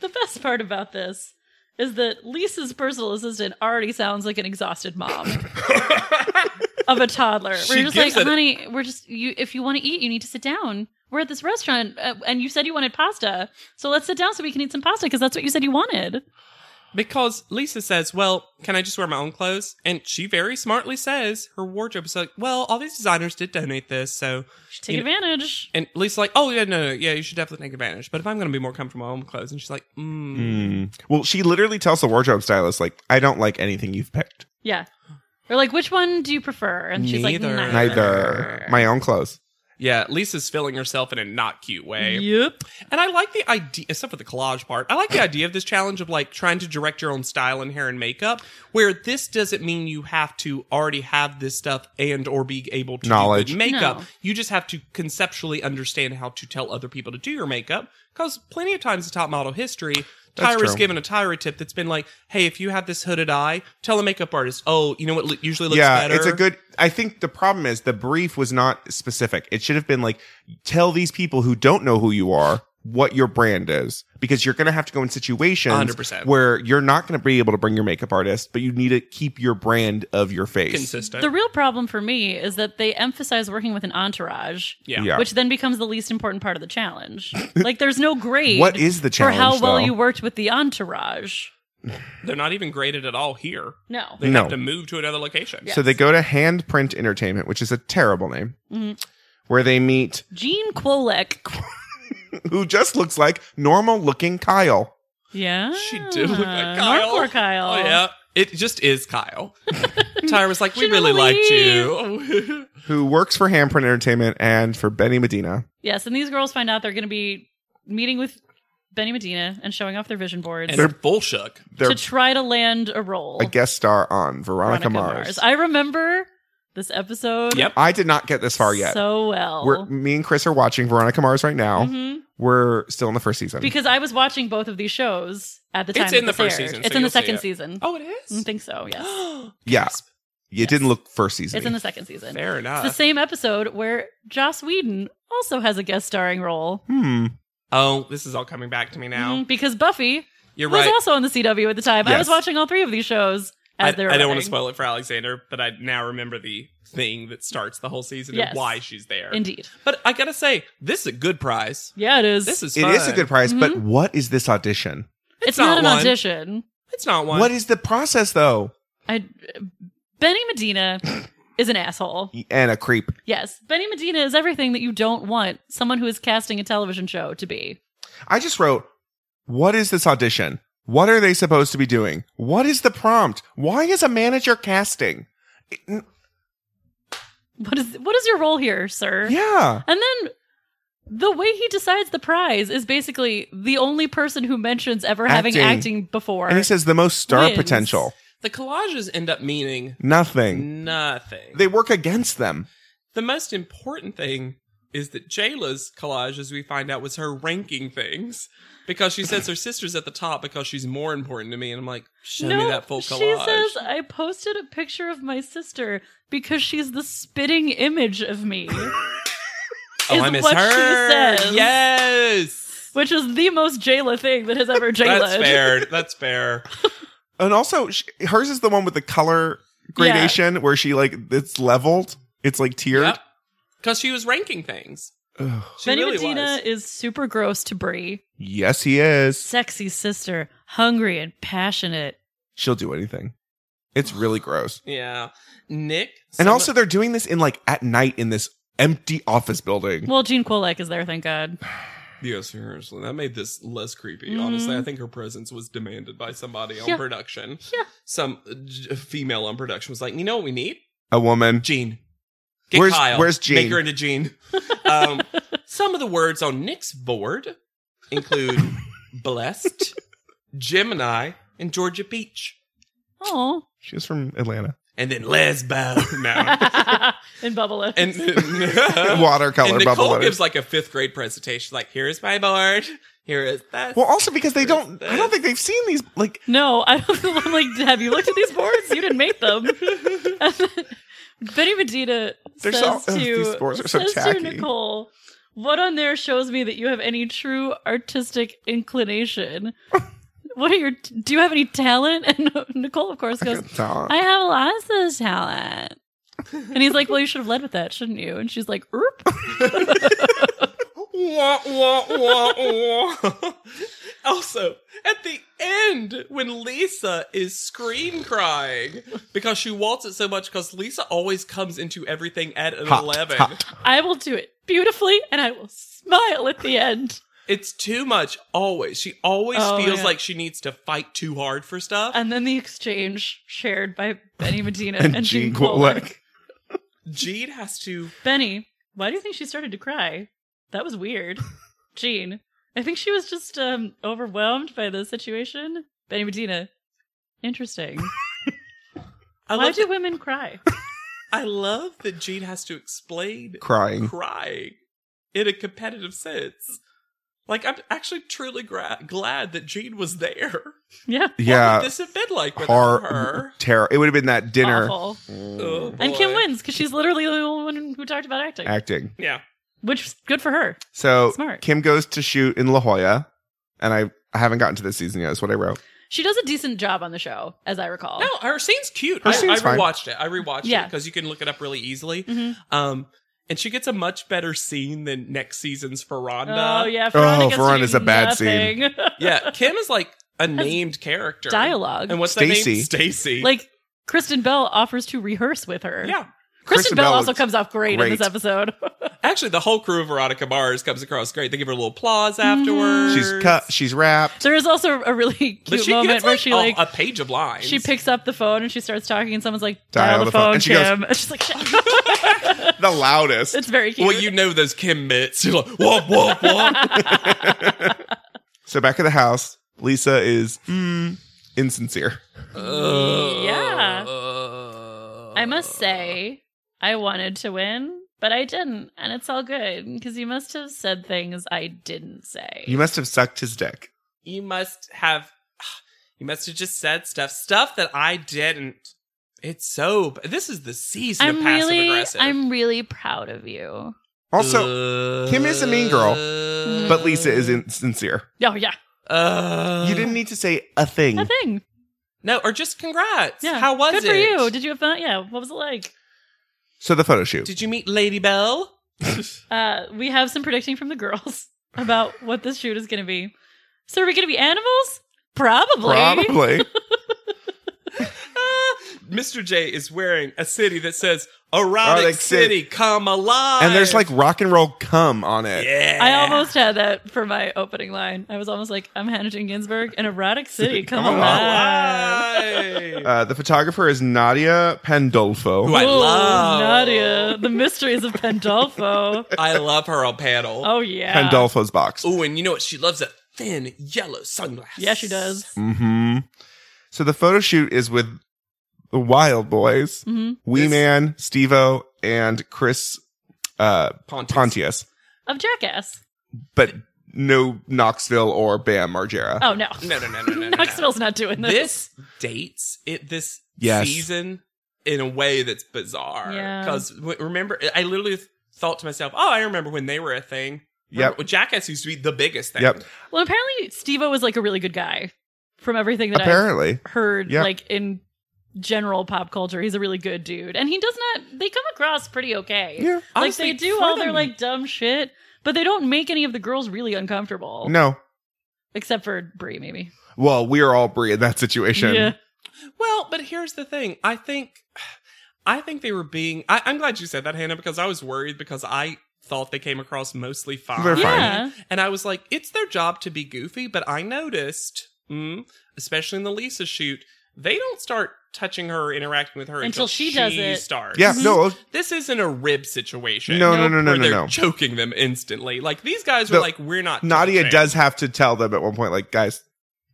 [SPEAKER 2] the best part about this is that Lisa's personal assistant already sounds like an exhausted mom of a toddler.
[SPEAKER 3] She
[SPEAKER 2] We're just like,
[SPEAKER 3] gives it-
[SPEAKER 2] honey, we're just you. If you want to eat, you need to sit down. We're at this restaurant, uh, and you said you wanted pasta, so let's sit down so we can eat some pasta because that's what you said you wanted.
[SPEAKER 3] Because Lisa says, Well, can I just wear my own clothes? And she very smartly says her wardrobe is like, Well, all these designers did donate this, so
[SPEAKER 2] Should Take
[SPEAKER 3] You know-
[SPEAKER 2] advantage.
[SPEAKER 3] and Lisa's like, Oh yeah, no, no, yeah, you should definitely take advantage. But if I'm gonna be more comfortable in my own clothes and she's like, mm.
[SPEAKER 1] Well, she literally tells the wardrobe stylist, like, I don't like anything you've picked.
[SPEAKER 2] Yeah. Or like, which one do you prefer? And she's
[SPEAKER 3] Neither.
[SPEAKER 2] like,
[SPEAKER 1] Neither. My own clothes.
[SPEAKER 3] Yeah, Lisa's filling herself in a not cute way.
[SPEAKER 2] Yep.
[SPEAKER 3] And I like the idea, except for the collage part, I like the idea of this challenge of like trying to direct your own style and hair and makeup, where this doesn't mean you have to already have this stuff and or be able to
[SPEAKER 1] Knowledge.
[SPEAKER 3] do good makeup.
[SPEAKER 2] No.
[SPEAKER 3] You just have to conceptually understand how to tell other people to do your makeup. Because plenty of times in top model history,
[SPEAKER 1] That's
[SPEAKER 3] Tyra's
[SPEAKER 1] true.
[SPEAKER 3] given a Tyra tip that's been like, hey, if you have this hooded eye, tell a makeup artist, oh, you know what lo- usually looks
[SPEAKER 1] yeah,
[SPEAKER 3] better?
[SPEAKER 1] it's a good. I think the problem is the brief was not specific. It should have been like, tell these people who don't know who you are what your brand is, because you're going to have to go in situations
[SPEAKER 3] 100%.
[SPEAKER 1] where you're not going to be able to bring your makeup artist, but you need to keep your brand of your face.
[SPEAKER 3] consistent.
[SPEAKER 2] The real problem for me is that they emphasize working with an entourage.
[SPEAKER 3] yeah.
[SPEAKER 1] Yeah.
[SPEAKER 2] Which then becomes the least important part of the challenge. like, there's no grade.
[SPEAKER 1] What is the challenge?
[SPEAKER 2] for how well
[SPEAKER 1] though?
[SPEAKER 2] you worked with the entourage?
[SPEAKER 3] They're not even graded at all here.
[SPEAKER 2] No,
[SPEAKER 3] They
[SPEAKER 1] No.
[SPEAKER 3] have to move to another location.
[SPEAKER 2] Yeah.
[SPEAKER 1] So they go to Handprint Entertainment, which is a terrible name, where they meet
[SPEAKER 2] Gene Kwolek.
[SPEAKER 1] who just looks like normal looking Kyle.
[SPEAKER 2] Yeah,
[SPEAKER 3] She did look like Kyle.
[SPEAKER 2] Hardcore Ah, Kyle.
[SPEAKER 3] Oh yeah, it just is Kyle. Tyra was like, "We
[SPEAKER 2] She
[SPEAKER 3] really
[SPEAKER 2] don't
[SPEAKER 3] liked you."
[SPEAKER 1] who works for Handprint Entertainment and for Benny Medina.
[SPEAKER 2] Yes, and these girls find out they're going to be meeting with Benny Medina and showing off their vision boards
[SPEAKER 3] and they're bullshook.
[SPEAKER 1] They're
[SPEAKER 2] to try to land a role.
[SPEAKER 1] a guest star on
[SPEAKER 2] Veronica
[SPEAKER 1] Veronica, Mars.
[SPEAKER 2] I remember this episode.
[SPEAKER 3] Yep.
[SPEAKER 1] I did not get this far yet.
[SPEAKER 2] So well.
[SPEAKER 1] We're, me and Chris are watching Veronica Mars right now.
[SPEAKER 2] Mhm.
[SPEAKER 1] We're still in the first season.
[SPEAKER 2] Because I was watching both of these shows at the
[SPEAKER 3] It's
[SPEAKER 2] time.
[SPEAKER 3] in
[SPEAKER 2] that
[SPEAKER 3] the
[SPEAKER 2] this
[SPEAKER 3] first
[SPEAKER 2] aired.
[SPEAKER 3] season,
[SPEAKER 2] It's
[SPEAKER 3] so
[SPEAKER 2] in
[SPEAKER 3] you'll
[SPEAKER 2] the
[SPEAKER 3] see
[SPEAKER 2] second
[SPEAKER 3] it.
[SPEAKER 2] season.
[SPEAKER 3] Oh, it
[SPEAKER 2] I
[SPEAKER 3] is.
[SPEAKER 2] think so. Yes,
[SPEAKER 1] yeah,
[SPEAKER 3] Gasp.
[SPEAKER 1] you didn't look first season.
[SPEAKER 2] it's in the second season.
[SPEAKER 3] Fair
[SPEAKER 2] It's the
[SPEAKER 3] enough.
[SPEAKER 2] same episode where Joss Whedon also has a guest starring role
[SPEAKER 1] hmm.
[SPEAKER 3] Oh, this is all coming back to me now.
[SPEAKER 2] Mhm, because Buffy
[SPEAKER 3] You're
[SPEAKER 2] was
[SPEAKER 3] right.
[SPEAKER 2] also on the CW at the time. I
[SPEAKER 1] Yes.
[SPEAKER 2] was watching all three of these shows
[SPEAKER 3] I, I
[SPEAKER 2] as they were.
[SPEAKER 3] don't want
[SPEAKER 2] running.
[SPEAKER 3] to spoil it for Alexander, but I now remember the thing that starts the whole season
[SPEAKER 2] Yes.
[SPEAKER 3] and why she's there.
[SPEAKER 2] Indeed,
[SPEAKER 3] But I gotta say, this is a good prize.
[SPEAKER 2] yeah, it is.
[SPEAKER 3] This is
[SPEAKER 1] It
[SPEAKER 3] fun.
[SPEAKER 1] is a good prize, but
[SPEAKER 2] Mhm.
[SPEAKER 1] what is this audition?
[SPEAKER 2] it's,
[SPEAKER 3] It's
[SPEAKER 2] not,
[SPEAKER 3] not
[SPEAKER 2] an
[SPEAKER 3] one.
[SPEAKER 2] audition.
[SPEAKER 3] It's not one.
[SPEAKER 1] What is the process though?
[SPEAKER 2] I Benny Medina is an asshole.
[SPEAKER 1] And a creep.
[SPEAKER 2] Yes, Benny Medina is everything that you don't want someone who is casting a television show to be.
[SPEAKER 1] I just wrote, what is this audition? What are they supposed to be doing? What is the prompt? Why is a manager casting?
[SPEAKER 2] What is what is your role here, sir?
[SPEAKER 1] Yeah.
[SPEAKER 2] And then the way he decides the prize is basically the only person who mentions ever having
[SPEAKER 1] Acting.
[SPEAKER 2] acting before.
[SPEAKER 1] And he says the most star
[SPEAKER 2] wins.
[SPEAKER 1] potential.
[SPEAKER 3] the collages end up meaning
[SPEAKER 1] Nothing.
[SPEAKER 3] nothing.
[SPEAKER 1] They work against them.
[SPEAKER 3] the most important thing is that Jayla's collage, as we find out, was her ranking things because she says her sister's at the top because she's more important to me. And I'm like, show me that full collage.
[SPEAKER 2] She says, I posted a picture of my sister because she's the spitting image of me,
[SPEAKER 3] oh,
[SPEAKER 2] is
[SPEAKER 3] I miss
[SPEAKER 2] what she
[SPEAKER 3] her.
[SPEAKER 2] says.
[SPEAKER 3] Yes.
[SPEAKER 2] which is the most Jayla thing that has ever Jayla.
[SPEAKER 3] That's fair. That's fair.
[SPEAKER 1] And also, sh hers is the one with the color gradation where she like it's leveled. It's like tiered.
[SPEAKER 3] Because she was ranking things.
[SPEAKER 1] Ugh.
[SPEAKER 3] She
[SPEAKER 2] Benny
[SPEAKER 3] really
[SPEAKER 2] Medina
[SPEAKER 3] was.
[SPEAKER 2] is super gross to Brie.
[SPEAKER 1] Yes, he is.
[SPEAKER 2] Sexy sister, hungry and passionate.
[SPEAKER 1] She'll do anything. It's really gross.
[SPEAKER 3] Yeah. Nick.
[SPEAKER 1] And
[SPEAKER 3] some-
[SPEAKER 1] also, they're doing this in like at night in this empty office building.
[SPEAKER 2] Well, Gene Kwolek is there, thank God.
[SPEAKER 3] Yeah, seriously. That made this less creepy, honestly.
[SPEAKER 2] Mhm.
[SPEAKER 3] I think her presence was demanded by somebody on
[SPEAKER 2] Yeah.
[SPEAKER 3] production.
[SPEAKER 2] Yeah.
[SPEAKER 3] Some uh, j- female on production was like, you know what we need?
[SPEAKER 1] A woman.
[SPEAKER 3] Jean. Get
[SPEAKER 1] Where's-
[SPEAKER 3] Kyle.
[SPEAKER 1] where's Jean?
[SPEAKER 3] Make her into Jean. um, some of the words on Nick's board include blessed, Gemini, and Georgia Peach.
[SPEAKER 2] Oh.
[SPEAKER 1] She's from Atlanta.
[SPEAKER 3] And then Lesbo. No.
[SPEAKER 2] and Bubble It.
[SPEAKER 3] and
[SPEAKER 1] Watercolor bubble
[SPEAKER 3] and Nicole
[SPEAKER 1] letters.
[SPEAKER 3] gives like a fifth grade presentation, like, here's my board. Here is that.
[SPEAKER 1] well, also because they don't. I don't think they've seen these. Like,
[SPEAKER 2] No, I don't. I'm like, have you looked at these boards? You didn't make them. And then Benny Medina
[SPEAKER 1] They're
[SPEAKER 2] says
[SPEAKER 1] so- ugh,
[SPEAKER 2] to
[SPEAKER 1] these boards are so
[SPEAKER 2] says
[SPEAKER 1] tacky.
[SPEAKER 2] to Nicole, "What on there shows me that you have any true artistic inclination? what are your? Do you have any talent?" And Nicole, of course, goes,
[SPEAKER 1] Dog.
[SPEAKER 2] "I have lots of talent." And he's like, "Well, you should have led with that, shouldn't you?" And she's like, "Oop."
[SPEAKER 3] Wah, wah, wah, wah. also, at the end, when Lisa is scream crying because she wants it so much, because Lisa always comes into everything at an
[SPEAKER 1] Hot,
[SPEAKER 3] 11.
[SPEAKER 1] hot.
[SPEAKER 2] I will do it beautifully, and I will smile at the end.
[SPEAKER 3] It's too much, always. She always
[SPEAKER 2] Oh,
[SPEAKER 3] feels
[SPEAKER 2] yeah. Uh,
[SPEAKER 3] like she needs to fight too hard for stuff.
[SPEAKER 2] And then the exchange shared by Benny Medina
[SPEAKER 1] and,
[SPEAKER 2] and,
[SPEAKER 1] Jean
[SPEAKER 2] Gene
[SPEAKER 1] Kwolek.
[SPEAKER 2] Kwolek.
[SPEAKER 3] Jean has to.
[SPEAKER 2] Benny, why do you think she started to cry? That was weird. Gene, I think she was just um, overwhelmed by the situation. Benny Medina, interesting.
[SPEAKER 3] I
[SPEAKER 2] Why
[SPEAKER 3] love,
[SPEAKER 2] do
[SPEAKER 3] that,
[SPEAKER 2] women cry?
[SPEAKER 3] I love that Jean has to explain
[SPEAKER 1] crying.
[SPEAKER 3] crying in a competitive sense. Like, I'm actually truly gra- glad that Jean was there.
[SPEAKER 2] Yeah,
[SPEAKER 3] What would
[SPEAKER 1] Yeah,
[SPEAKER 3] this have been like without
[SPEAKER 1] horror,
[SPEAKER 3] her?
[SPEAKER 1] terror. It would have been that dinner
[SPEAKER 2] awful.
[SPEAKER 3] Oh,
[SPEAKER 2] And
[SPEAKER 3] boy.
[SPEAKER 2] Kim wins because she's literally the only one who talked about acting,
[SPEAKER 1] acting.
[SPEAKER 3] Yeah.
[SPEAKER 2] which is good for her.
[SPEAKER 1] So
[SPEAKER 2] Smart.
[SPEAKER 1] Kim goes to shoot in La Jolla, and I, I haven't gotten to this season yet. That's what I wrote.
[SPEAKER 2] She does a decent job on the show, as I recall.
[SPEAKER 3] No, her scene's cute.
[SPEAKER 1] Her
[SPEAKER 3] I,
[SPEAKER 1] scene's
[SPEAKER 3] I
[SPEAKER 1] fine.
[SPEAKER 3] rewatched it. I rewatched it
[SPEAKER 2] Yeah.
[SPEAKER 3] because you can look it up really easily.
[SPEAKER 2] Mhm.
[SPEAKER 3] Um, and she gets a much better scene than next season's Ferranda.
[SPEAKER 2] Oh yeah, Veronica gets to
[SPEAKER 1] Veronica's
[SPEAKER 2] do
[SPEAKER 1] a bad scene.
[SPEAKER 2] nothing.
[SPEAKER 3] Yeah, Kim is like a named character.
[SPEAKER 2] Dialogue.
[SPEAKER 3] And what's that
[SPEAKER 1] Stacy.
[SPEAKER 3] name? Stacy.
[SPEAKER 2] like Kristen Bell offers to rehearse with her.
[SPEAKER 3] yeah.
[SPEAKER 2] Kristen,
[SPEAKER 1] Kristen
[SPEAKER 2] Bell,
[SPEAKER 1] Bell
[SPEAKER 2] also
[SPEAKER 1] is
[SPEAKER 2] comes off great, in
[SPEAKER 1] great.
[SPEAKER 2] this episode.
[SPEAKER 3] Actually, the whole crew of Veronica Mars comes across great. They give her a little applause
[SPEAKER 2] Mm-hmm.
[SPEAKER 3] afterwards.
[SPEAKER 1] She's cut. She's wrapped.
[SPEAKER 2] there is also a really cute
[SPEAKER 3] But she
[SPEAKER 2] moment
[SPEAKER 3] gets
[SPEAKER 2] where
[SPEAKER 3] like,
[SPEAKER 2] she
[SPEAKER 3] a-
[SPEAKER 2] like
[SPEAKER 3] a, page of lines.
[SPEAKER 2] she picks up the phone and she starts talking, and someone's like,
[SPEAKER 1] Dial
[SPEAKER 2] "Dial,
[SPEAKER 1] the
[SPEAKER 2] the,
[SPEAKER 1] phone."
[SPEAKER 2] phone,
[SPEAKER 1] And she goes-
[SPEAKER 2] Kim." And she's like,
[SPEAKER 1] The loudest.
[SPEAKER 2] "It's very cute."
[SPEAKER 3] Well, you know those Kim bits. You're like, whoop, whoop, whoop.
[SPEAKER 1] So back at the house, Lisa is mm, insincere.
[SPEAKER 2] Yeah. I must say, I wanted to win, but I didn't, and it's all good because you must have said things I didn't say.
[SPEAKER 1] You must have sucked his dick.
[SPEAKER 3] you must have you must have just said stuff stuff that I didn't. It's so this is the season of
[SPEAKER 2] I'm
[SPEAKER 3] passive
[SPEAKER 2] really,
[SPEAKER 3] aggressive.
[SPEAKER 2] I'm really proud of you.
[SPEAKER 1] Also,
[SPEAKER 3] Uh,
[SPEAKER 1] Kim is a mean girl, but Lisa is
[SPEAKER 3] not
[SPEAKER 1] insincere.
[SPEAKER 2] Oh yeah,
[SPEAKER 3] Uh,
[SPEAKER 1] You didn't e- need to say a thing.
[SPEAKER 2] a thing.
[SPEAKER 3] No, or just congrats.
[SPEAKER 2] Yeah,
[SPEAKER 3] How was
[SPEAKER 2] good
[SPEAKER 3] it?
[SPEAKER 2] for you? Did you have fun? Yeah, what was it like?
[SPEAKER 1] So the photo shoot.
[SPEAKER 3] Did you meet Lady Bell?
[SPEAKER 2] Uh, we have some predicting from the girls about what this shoot is going to be. So are we going to be animals? Probably.
[SPEAKER 1] Probably.
[SPEAKER 3] Ah, Mr. J is wearing a city that says erotic,
[SPEAKER 1] Erotic
[SPEAKER 3] city,
[SPEAKER 1] City.
[SPEAKER 3] come alive.
[SPEAKER 1] and there's like rock and roll cum on it.
[SPEAKER 3] yeah.
[SPEAKER 2] I almost had that for my opening line. I was almost like, I'm Hannah Ginsburg in Erotic City. Come
[SPEAKER 1] Come
[SPEAKER 2] alive.
[SPEAKER 3] alive.
[SPEAKER 1] Uh, the photographer is Nadia Pandolfo.
[SPEAKER 3] Who I
[SPEAKER 2] Ooh,
[SPEAKER 3] love.
[SPEAKER 2] Nadia. The mysteries of Pandolfo.
[SPEAKER 3] I love her on panel.
[SPEAKER 2] Oh, yeah.
[SPEAKER 1] Pandolfo's box.
[SPEAKER 3] Oh, and you know what? She loves a thin yellow sunglass.
[SPEAKER 2] Yeah, she does.
[SPEAKER 1] hmm So the photo shoot is with the Wild Boys,
[SPEAKER 2] Mhm.
[SPEAKER 1] Wee
[SPEAKER 3] Yes.
[SPEAKER 1] Man, Stevo, and Chris uh,
[SPEAKER 3] Pontius.
[SPEAKER 1] Pontius,
[SPEAKER 2] of Jackass.
[SPEAKER 1] but no Knoxville or Bam Margera.
[SPEAKER 2] Oh no,
[SPEAKER 3] No, no, no, no, no, no. no.
[SPEAKER 2] Knoxville's not doing this.
[SPEAKER 3] This dates it this
[SPEAKER 1] Yes.
[SPEAKER 3] season in a way that's bizarre.
[SPEAKER 2] Yeah.
[SPEAKER 3] Because remember, I literally thought to myself, "Oh, I remember when they were a thing."
[SPEAKER 1] Yep.
[SPEAKER 3] Remember- Jackass used to be the biggest thing.
[SPEAKER 1] Yep.
[SPEAKER 2] Well, apparently Steve-O was like a really good guy from everything that I've
[SPEAKER 1] Apparently,
[SPEAKER 2] heard
[SPEAKER 1] Yeah.
[SPEAKER 2] like in general pop culture. He's a really good dude. And he does not they come across pretty okay.
[SPEAKER 1] Yeah.
[SPEAKER 2] Like
[SPEAKER 3] Honestly,
[SPEAKER 2] they do
[SPEAKER 3] for
[SPEAKER 2] all their
[SPEAKER 3] them-
[SPEAKER 2] like dumb shit, but they don't make any of the girls really uncomfortable.
[SPEAKER 1] no.
[SPEAKER 2] Except for Brie, maybe.
[SPEAKER 1] Well, we are all Brie in that situation.
[SPEAKER 2] Yeah.
[SPEAKER 3] Well, but here's the thing. I think, I think they were being. I, I'm glad you said that, Hannah, because I was worried because I thought they came across mostly fine.
[SPEAKER 1] They're fine.
[SPEAKER 2] Yeah.
[SPEAKER 3] And I was like, it's their job to be goofy, but I noticed, mm, especially in the Lisa shoot, they don't start touching her, or interacting with her
[SPEAKER 2] Until
[SPEAKER 3] until,
[SPEAKER 2] she does it.
[SPEAKER 3] Starts.
[SPEAKER 2] Mm-hmm.
[SPEAKER 1] Yeah, no,
[SPEAKER 3] This isn't a rib situation.
[SPEAKER 1] No, no, no, no,
[SPEAKER 3] where
[SPEAKER 1] no,
[SPEAKER 3] They're
[SPEAKER 1] no.
[SPEAKER 3] choking them instantly. Like these guys are
[SPEAKER 1] The-
[SPEAKER 3] like, we're not.
[SPEAKER 1] Nadia
[SPEAKER 3] touching.
[SPEAKER 1] does have to tell them at one point, like, guys,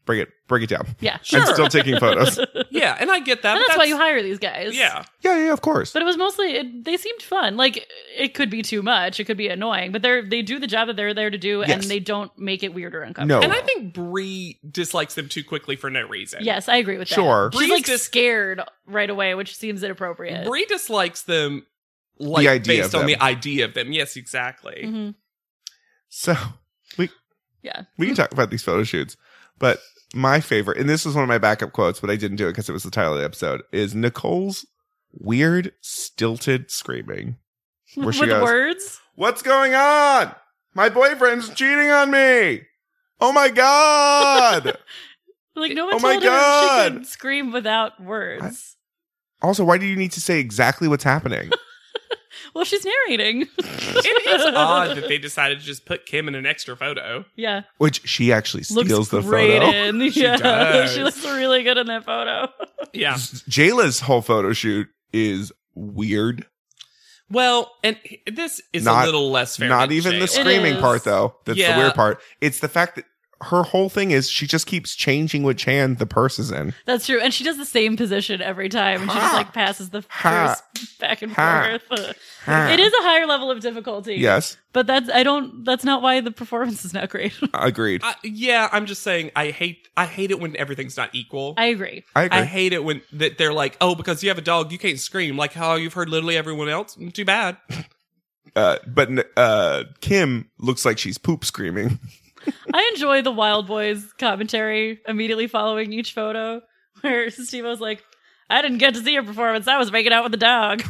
[SPEAKER 1] bring it, bring it down.
[SPEAKER 2] Yeah.
[SPEAKER 3] Sure.
[SPEAKER 1] I'm still taking photos.
[SPEAKER 3] Yeah, and I get that.
[SPEAKER 2] And
[SPEAKER 3] but
[SPEAKER 2] that's, why you hire these guys.
[SPEAKER 3] Yeah.
[SPEAKER 1] yeah, yeah, of course.
[SPEAKER 2] But it was mostly it, they seemed fun. Like it could be too much, it could be annoying, but they're they do the job that they're there to do, and
[SPEAKER 1] Yes.
[SPEAKER 2] they don't make it weird or
[SPEAKER 1] Oh.
[SPEAKER 2] uncomfortable.
[SPEAKER 3] And I think Bree dislikes them too quickly for no reason.
[SPEAKER 2] yes, I agree with that.
[SPEAKER 1] Sure.
[SPEAKER 2] she's
[SPEAKER 3] Bree's
[SPEAKER 2] like
[SPEAKER 3] dis-
[SPEAKER 2] scared right away, which seems inappropriate.
[SPEAKER 3] Bree dislikes them like
[SPEAKER 1] The idea
[SPEAKER 3] based
[SPEAKER 1] of
[SPEAKER 3] on
[SPEAKER 1] them.
[SPEAKER 3] the idea of them. Yes, exactly.
[SPEAKER 2] Mhm.
[SPEAKER 1] So we
[SPEAKER 2] Yeah.
[SPEAKER 1] we can talk about these photo shoots, but my favorite, and this was one of my backup quotes, but I didn't do it because it was the title of the episode, is Nicole's weird stilted screaming. Where she
[SPEAKER 2] with
[SPEAKER 1] goes,
[SPEAKER 2] words.
[SPEAKER 1] What's going on? My boyfriend's cheating on me. Oh my god.
[SPEAKER 2] Like no one
[SPEAKER 1] Oh my
[SPEAKER 2] told her
[SPEAKER 1] God.
[SPEAKER 2] she could scream without words.
[SPEAKER 1] also, why do you need to say exactly what's happening?
[SPEAKER 2] Well, she's narrating.
[SPEAKER 3] it is odd that they decided to just put Kim in an extra photo.
[SPEAKER 2] yeah,
[SPEAKER 1] Which she actually steals
[SPEAKER 2] looks
[SPEAKER 1] the
[SPEAKER 2] great
[SPEAKER 1] photo.
[SPEAKER 2] in.
[SPEAKER 3] She
[SPEAKER 2] yeah,
[SPEAKER 3] does.
[SPEAKER 2] she looks really good in that photo.
[SPEAKER 3] Yeah.
[SPEAKER 1] Jayla's whole photo shoot is weird.
[SPEAKER 3] Well, and h- this is
[SPEAKER 1] Not-
[SPEAKER 3] a little less fair.
[SPEAKER 1] Not
[SPEAKER 3] than
[SPEAKER 1] even the
[SPEAKER 3] Jayla.
[SPEAKER 2] screen.
[SPEAKER 1] screaming
[SPEAKER 2] is.
[SPEAKER 1] part, though. That's
[SPEAKER 3] Yeah.
[SPEAKER 1] the weird part. It's the fact that her whole thing is she just keeps changing which hand the purse is in.
[SPEAKER 2] That's true, and she does the same position every time, and she just
[SPEAKER 1] Ha.
[SPEAKER 2] like passes the
[SPEAKER 1] Ha.
[SPEAKER 2] purse back and
[SPEAKER 1] Ha.
[SPEAKER 2] forth.
[SPEAKER 1] Ha.
[SPEAKER 2] It is a higher level of difficulty.
[SPEAKER 1] Yes,
[SPEAKER 2] but that's I don't. That's not why the performance is not great.
[SPEAKER 1] agreed.
[SPEAKER 3] I, yeah, I'm just saying. I hate. I hate it when everything's not equal.
[SPEAKER 2] I agree.
[SPEAKER 1] I agree.
[SPEAKER 3] I hate it when that they're like, oh, because you have a dog, you can't scream. Like how you've heard literally everyone else. Mm, Too bad.
[SPEAKER 1] uh, but uh, Kim looks like she's poop screaming.
[SPEAKER 2] I enjoy the Wild Boys commentary immediately following each photo, where Steve was like, "I didn't get to see your performance. I was making out with the dog."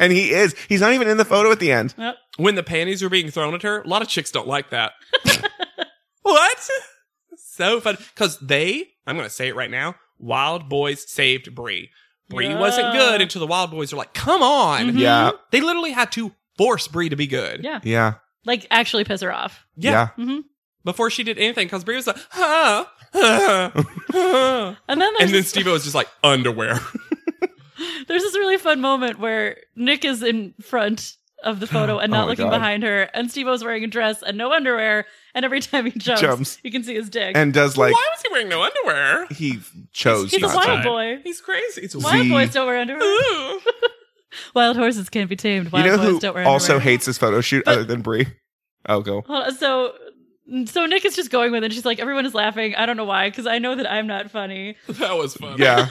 [SPEAKER 1] and he is. He's not even in the photo at the end.
[SPEAKER 2] Yep.
[SPEAKER 3] When the panties were being thrown at her, a lot of chicks don't like that. what? So fun because they. I'm gonna say it right now. Wild boys saved Bree. Bree wasn't
[SPEAKER 2] Yeah.
[SPEAKER 3] good until the Wild Boys are like, come on.
[SPEAKER 2] Mhm.
[SPEAKER 1] Yeah.
[SPEAKER 3] They literally had to force Bree to be good.
[SPEAKER 2] Yeah.
[SPEAKER 1] Yeah.
[SPEAKER 2] Like actually piss her off.
[SPEAKER 1] Yeah.
[SPEAKER 2] hmm
[SPEAKER 3] Before she did anything, because Bree was like, huh, huh, huh.
[SPEAKER 2] And then there's
[SPEAKER 3] and then Steve was just like, underwear.
[SPEAKER 2] There's this really fun moment where Nick is in front of the photo and
[SPEAKER 1] Oh
[SPEAKER 2] not
[SPEAKER 1] my
[SPEAKER 2] looking
[SPEAKER 1] God.
[SPEAKER 2] behind her, and Steve O's wearing a dress and no underwear, and every time he jumps,
[SPEAKER 1] Jumps.
[SPEAKER 2] you can see his dick.
[SPEAKER 1] And does like,
[SPEAKER 3] Why was he wearing no underwear?
[SPEAKER 1] he chose
[SPEAKER 2] He's a
[SPEAKER 1] not
[SPEAKER 2] wild
[SPEAKER 1] to.
[SPEAKER 2] boy.
[SPEAKER 3] He's crazy. It's
[SPEAKER 1] Why-
[SPEAKER 3] weird.
[SPEAKER 2] Wild
[SPEAKER 1] Z.
[SPEAKER 2] boys don't wear underwear.
[SPEAKER 3] Ooh.
[SPEAKER 2] Wild horses can't be tamed.
[SPEAKER 1] You
[SPEAKER 2] Wild
[SPEAKER 1] know
[SPEAKER 2] boys
[SPEAKER 1] who
[SPEAKER 2] don't wear
[SPEAKER 1] also
[SPEAKER 2] underwear.
[SPEAKER 1] hates this photo shoot
[SPEAKER 2] But-
[SPEAKER 1] other than Brie? Oh, go.
[SPEAKER 2] Hold on, so. So Nick is just going with it. She's like, everyone is laughing. I don't know why, because I know that I'm not funny.
[SPEAKER 3] That was fun.
[SPEAKER 1] Yeah.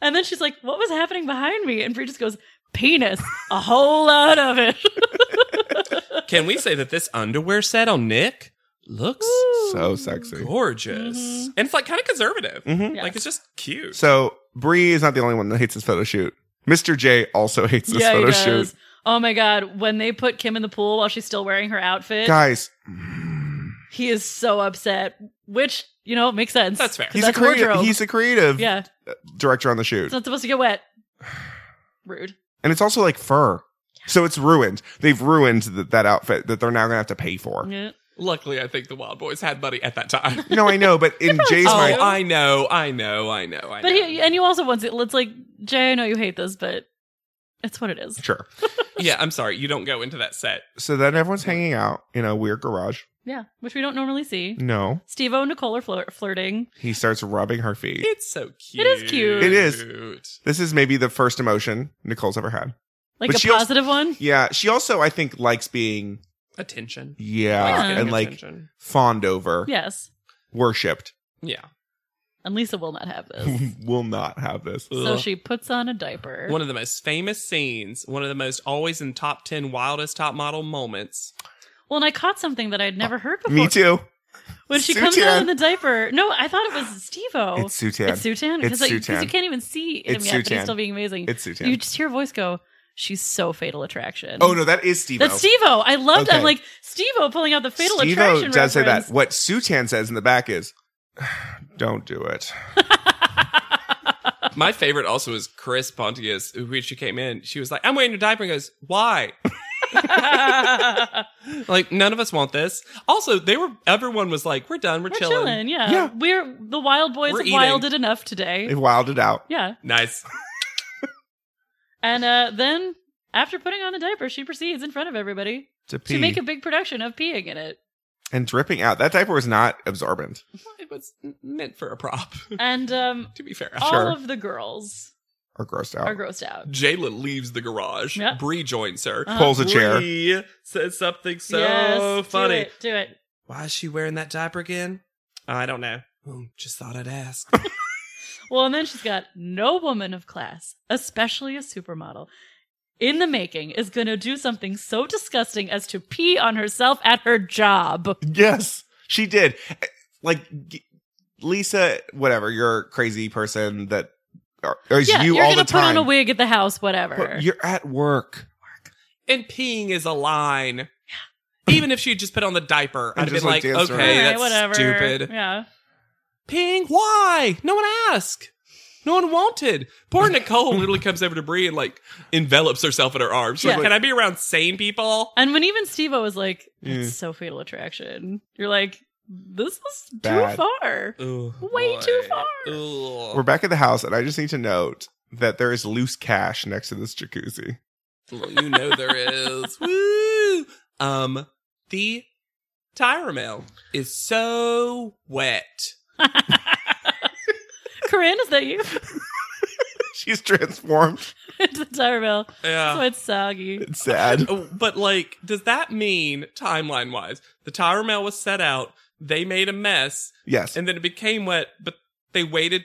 [SPEAKER 2] And then she's like, what was happening behind me? And Bree just goes, penis. A whole lot of it.
[SPEAKER 3] Can we say that this underwear set on Nick looks
[SPEAKER 1] so sexy.
[SPEAKER 3] gorgeous?
[SPEAKER 2] Mhm.
[SPEAKER 3] And it's like kind of conservative.
[SPEAKER 1] hmm
[SPEAKER 2] Yeah.
[SPEAKER 3] Like it's just cute.
[SPEAKER 1] So Bree is not the only one that hates this photo shoot. Mr. J also hates this photo shoot.
[SPEAKER 2] Oh my god, when they put Kim in the pool while she's still wearing her outfit,
[SPEAKER 1] Guys,
[SPEAKER 2] he is so upset. Which you know makes sense.
[SPEAKER 3] That's fair.
[SPEAKER 2] 'Cause
[SPEAKER 1] he's a
[SPEAKER 2] that's
[SPEAKER 1] creative.
[SPEAKER 2] wardrobe.
[SPEAKER 1] He's a creative
[SPEAKER 2] yeah,
[SPEAKER 1] director on the shoot,
[SPEAKER 2] it's not supposed to get wet. Rude.
[SPEAKER 1] and it's also like fur, so it's ruined. They've ruined th- that outfit that they're now gonna have to pay for.
[SPEAKER 2] Yeah.
[SPEAKER 3] Luckily, I think the Wild Boys had Buddy at that time.
[SPEAKER 1] No, I know, but in Jay's
[SPEAKER 3] oh,
[SPEAKER 1] mind,
[SPEAKER 3] I know, I know, I know, I
[SPEAKER 2] But
[SPEAKER 3] know.
[SPEAKER 2] he and you also want it. It's like Jay. I know you hate this, but it's what it is.
[SPEAKER 1] sure.
[SPEAKER 3] yeah, I'm sorry, you don't go into that set.
[SPEAKER 1] So then everyone's hanging out in a weird garage.
[SPEAKER 2] Yeah, which we don't normally see.
[SPEAKER 1] No,
[SPEAKER 2] Steve O and Nicole are flir- flirting.
[SPEAKER 1] he starts rubbing her feet.
[SPEAKER 3] It's so cute.
[SPEAKER 2] It is cute.
[SPEAKER 1] It is. This is maybe the first emotion Nicole's ever had.
[SPEAKER 2] Like
[SPEAKER 1] But
[SPEAKER 2] a
[SPEAKER 1] she also-
[SPEAKER 2] positive one?
[SPEAKER 1] Yeah, she also I think likes being
[SPEAKER 3] Attention.
[SPEAKER 1] yeah,
[SPEAKER 2] Yeah.
[SPEAKER 1] and like
[SPEAKER 3] Attention.
[SPEAKER 1] fawned over,
[SPEAKER 2] Yes.
[SPEAKER 1] worshipped.
[SPEAKER 3] yeah.
[SPEAKER 2] And Lisa will not have this.
[SPEAKER 1] Will not have this.
[SPEAKER 2] so
[SPEAKER 3] Ugh.
[SPEAKER 2] she puts on a diaper.
[SPEAKER 3] One of the most famous scenes, one of the most always in top 10 wildest top model moments.
[SPEAKER 2] well, and I caught something that I'd never heard before.
[SPEAKER 1] Uh, Me too.
[SPEAKER 2] When she
[SPEAKER 1] Sutan.
[SPEAKER 2] comes out in the diaper. No, I thought it was Stevo.
[SPEAKER 1] It's Sutan.
[SPEAKER 2] Oh. It's Sutan?
[SPEAKER 1] It's
[SPEAKER 2] Because like, 'cause
[SPEAKER 1] Sutan.
[SPEAKER 2] you can't even see him
[SPEAKER 1] It's
[SPEAKER 2] yet, but he's
[SPEAKER 1] Sutan.
[SPEAKER 2] still being amazing.
[SPEAKER 1] It's Sutan.
[SPEAKER 2] You just hear a voice go, She's so fatal attraction.
[SPEAKER 1] oh no, that is Steve.
[SPEAKER 2] That's Stevo. I loved I'm
[SPEAKER 1] Okay.
[SPEAKER 2] like Stevo pulling out the fatal
[SPEAKER 1] Steve-O
[SPEAKER 2] attraction.
[SPEAKER 1] does say that.
[SPEAKER 2] reference.
[SPEAKER 1] What Sutan says in the back is, "Don't do it."
[SPEAKER 3] My favorite also is Chris Pontius, who when she came in, she was like, I'm wearing a diaper and goes, Why? like, none of us want this. Also, they were everyone was like, We're done, we're,
[SPEAKER 2] We're
[SPEAKER 3] chilling.
[SPEAKER 2] chilling. yeah.
[SPEAKER 1] Yeah.
[SPEAKER 2] We're the wild boys
[SPEAKER 3] We're
[SPEAKER 2] have
[SPEAKER 3] eating.
[SPEAKER 2] wilded enough today.
[SPEAKER 1] They wilded out.
[SPEAKER 2] Yeah.
[SPEAKER 3] Nice.
[SPEAKER 2] And uh, then after putting on the diaper, she proceeds in front of everybody
[SPEAKER 1] To
[SPEAKER 2] to
[SPEAKER 1] pee
[SPEAKER 2] make a big production of peeing in it.
[SPEAKER 1] and dripping out. That diaper was not absorbent.
[SPEAKER 3] It was meant for a prop,
[SPEAKER 2] And um,
[SPEAKER 3] to be fair.
[SPEAKER 2] all of the girls
[SPEAKER 1] Or grossed out.
[SPEAKER 2] are grossed out.
[SPEAKER 3] Jayla leaves the garage.
[SPEAKER 2] Yeah.
[SPEAKER 3] Bree joins her.
[SPEAKER 2] Uh-huh.
[SPEAKER 1] Pulls a chair.
[SPEAKER 3] Bree says something so
[SPEAKER 2] yes,
[SPEAKER 3] funny.
[SPEAKER 2] Do it. Do it.
[SPEAKER 3] Why is she wearing that diaper again? Oh, I don't know. Hmm, just thought I'd ask.
[SPEAKER 2] Well, and then she's got no woman of class, especially a supermodel, in the making is going to do something so disgusting as to pee on herself at her job.
[SPEAKER 1] Yes, she did. Like g- Lisa, whatever. You're a crazy person that or- or is
[SPEAKER 2] yeah,
[SPEAKER 1] you
[SPEAKER 2] are
[SPEAKER 1] all
[SPEAKER 2] gonna
[SPEAKER 1] the
[SPEAKER 2] put on
[SPEAKER 1] time.
[SPEAKER 2] a wig at the house, whatever.
[SPEAKER 1] But you're at work.
[SPEAKER 3] and peeing is a line. Even if she had just put on the diaper,
[SPEAKER 1] And
[SPEAKER 3] I'd have been
[SPEAKER 1] just,
[SPEAKER 3] like,
[SPEAKER 1] like, danced
[SPEAKER 3] okay,
[SPEAKER 1] around.
[SPEAKER 2] All right,
[SPEAKER 3] that's
[SPEAKER 2] whatever.
[SPEAKER 3] stupid.
[SPEAKER 2] Yeah.
[SPEAKER 3] Peeing? Why? No one asked. No one wanted. Poor Nicole literally comes over to Bree and like envelops herself in her arms. She's
[SPEAKER 2] Yeah.
[SPEAKER 3] Like, can I be around sane people?
[SPEAKER 2] And when even Steve was like, it's
[SPEAKER 1] Yeah.
[SPEAKER 2] so fatal attraction, you're like, this is
[SPEAKER 1] Bad.
[SPEAKER 2] too far.
[SPEAKER 3] Ugh,
[SPEAKER 2] Way too far.
[SPEAKER 3] Ugh.
[SPEAKER 1] We're back at the house, and I just need to note that there is loose cash next to this jacuzzi.
[SPEAKER 3] Well, you know there is. Woo! Um, the tire mail is so wet.
[SPEAKER 2] Corinne, is that you?
[SPEAKER 1] She's transformed.
[SPEAKER 2] it's the tire mill. So
[SPEAKER 3] Yeah.
[SPEAKER 2] it's soggy.
[SPEAKER 1] It's sad.
[SPEAKER 3] Oh, But like, does that mean timeline wise, the tire mail was set out, they made a mess,
[SPEAKER 1] Yes.
[SPEAKER 3] and then it became wet, but they waited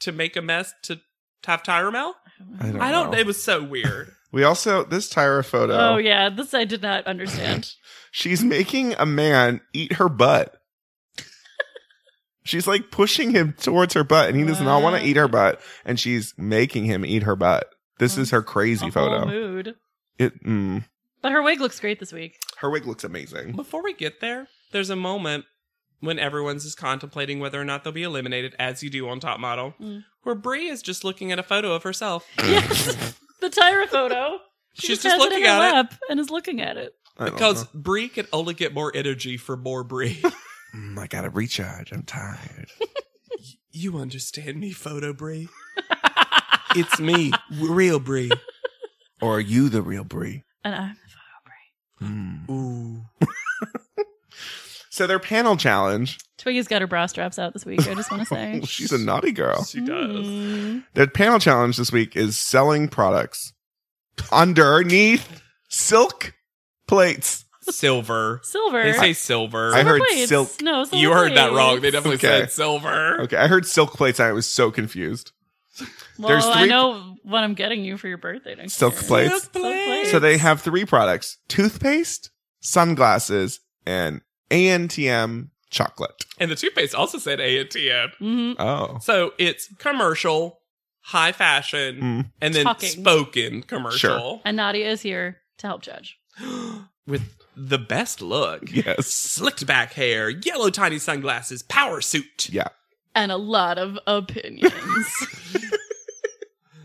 [SPEAKER 3] to make a mess to have tire mail?
[SPEAKER 1] don't
[SPEAKER 3] I don't.
[SPEAKER 1] know.
[SPEAKER 3] It was so weird.
[SPEAKER 1] We also this Tyra photo.
[SPEAKER 2] Oh, yeah. This I did not understand.
[SPEAKER 1] She's making a man eat her butt. she's like pushing him towards her butt, and he does not want
[SPEAKER 2] Wow.
[SPEAKER 1] to eat her butt, and she's making him eat her butt. This is her crazy
[SPEAKER 2] A whole
[SPEAKER 1] photo.
[SPEAKER 2] mood.
[SPEAKER 1] It. Mm.
[SPEAKER 2] But her wig looks great this week.
[SPEAKER 1] Her wig looks amazing.
[SPEAKER 3] Before we get there, there's a moment when everyone's is contemplating whether or not they'll be eliminated, as you do on Top Model,
[SPEAKER 2] Mm.
[SPEAKER 3] where Brie is just looking at a photo of herself.
[SPEAKER 2] yes. The Tyra photo. She
[SPEAKER 3] She's
[SPEAKER 2] has
[SPEAKER 3] just looking
[SPEAKER 2] it in her
[SPEAKER 3] at it
[SPEAKER 2] lap Uh-huh. and is looking at it.
[SPEAKER 1] I don't
[SPEAKER 3] because
[SPEAKER 1] know.
[SPEAKER 3] Brie can only get more energy for more Brie.
[SPEAKER 1] Mm, I gotta recharge. I'm tired.
[SPEAKER 3] you understand me, photo Brie? it's me, real Brie.
[SPEAKER 1] or are you the real Brie?
[SPEAKER 2] And uh, I'm
[SPEAKER 1] Mm.
[SPEAKER 3] Ooh.
[SPEAKER 1] So their panel challenge.
[SPEAKER 2] Twiggy's got her bra straps out this week. I just want to say.
[SPEAKER 1] She's a naughty girl.
[SPEAKER 3] She does.
[SPEAKER 2] Mm.
[SPEAKER 1] Their panel challenge this week is selling products underneath silk plates.
[SPEAKER 3] Silver.
[SPEAKER 2] Silver.
[SPEAKER 3] They say silver.
[SPEAKER 1] I
[SPEAKER 2] Silver
[SPEAKER 1] heard
[SPEAKER 2] plates.
[SPEAKER 1] silk.
[SPEAKER 2] No, silver
[SPEAKER 3] you heard that wrong. They
[SPEAKER 2] plates.
[SPEAKER 3] definitely
[SPEAKER 1] Okay.
[SPEAKER 3] said silver.
[SPEAKER 1] Okay, I heard silk plates and I was so confused.
[SPEAKER 2] Well,
[SPEAKER 1] There's
[SPEAKER 2] I
[SPEAKER 1] three-
[SPEAKER 2] know what I'm getting you for your birthday next
[SPEAKER 1] Silk
[SPEAKER 2] year.
[SPEAKER 1] plates.
[SPEAKER 3] Silk plates.
[SPEAKER 1] So they have three products: toothpaste, sunglasses, and ANTM chocolate.
[SPEAKER 3] And the toothpaste also said A&TM.
[SPEAKER 2] Mhm.
[SPEAKER 1] Oh,
[SPEAKER 3] So it's commercial, high fashion,
[SPEAKER 1] Mm.
[SPEAKER 3] and then
[SPEAKER 2] Talking.
[SPEAKER 3] spoken commercial
[SPEAKER 2] And Nadia is here to help judge.
[SPEAKER 3] with the best look.
[SPEAKER 1] yes,
[SPEAKER 3] Slicked back hair, yellow tiny sunglasses, power suit.
[SPEAKER 1] yeah.
[SPEAKER 2] And a lot of opinions.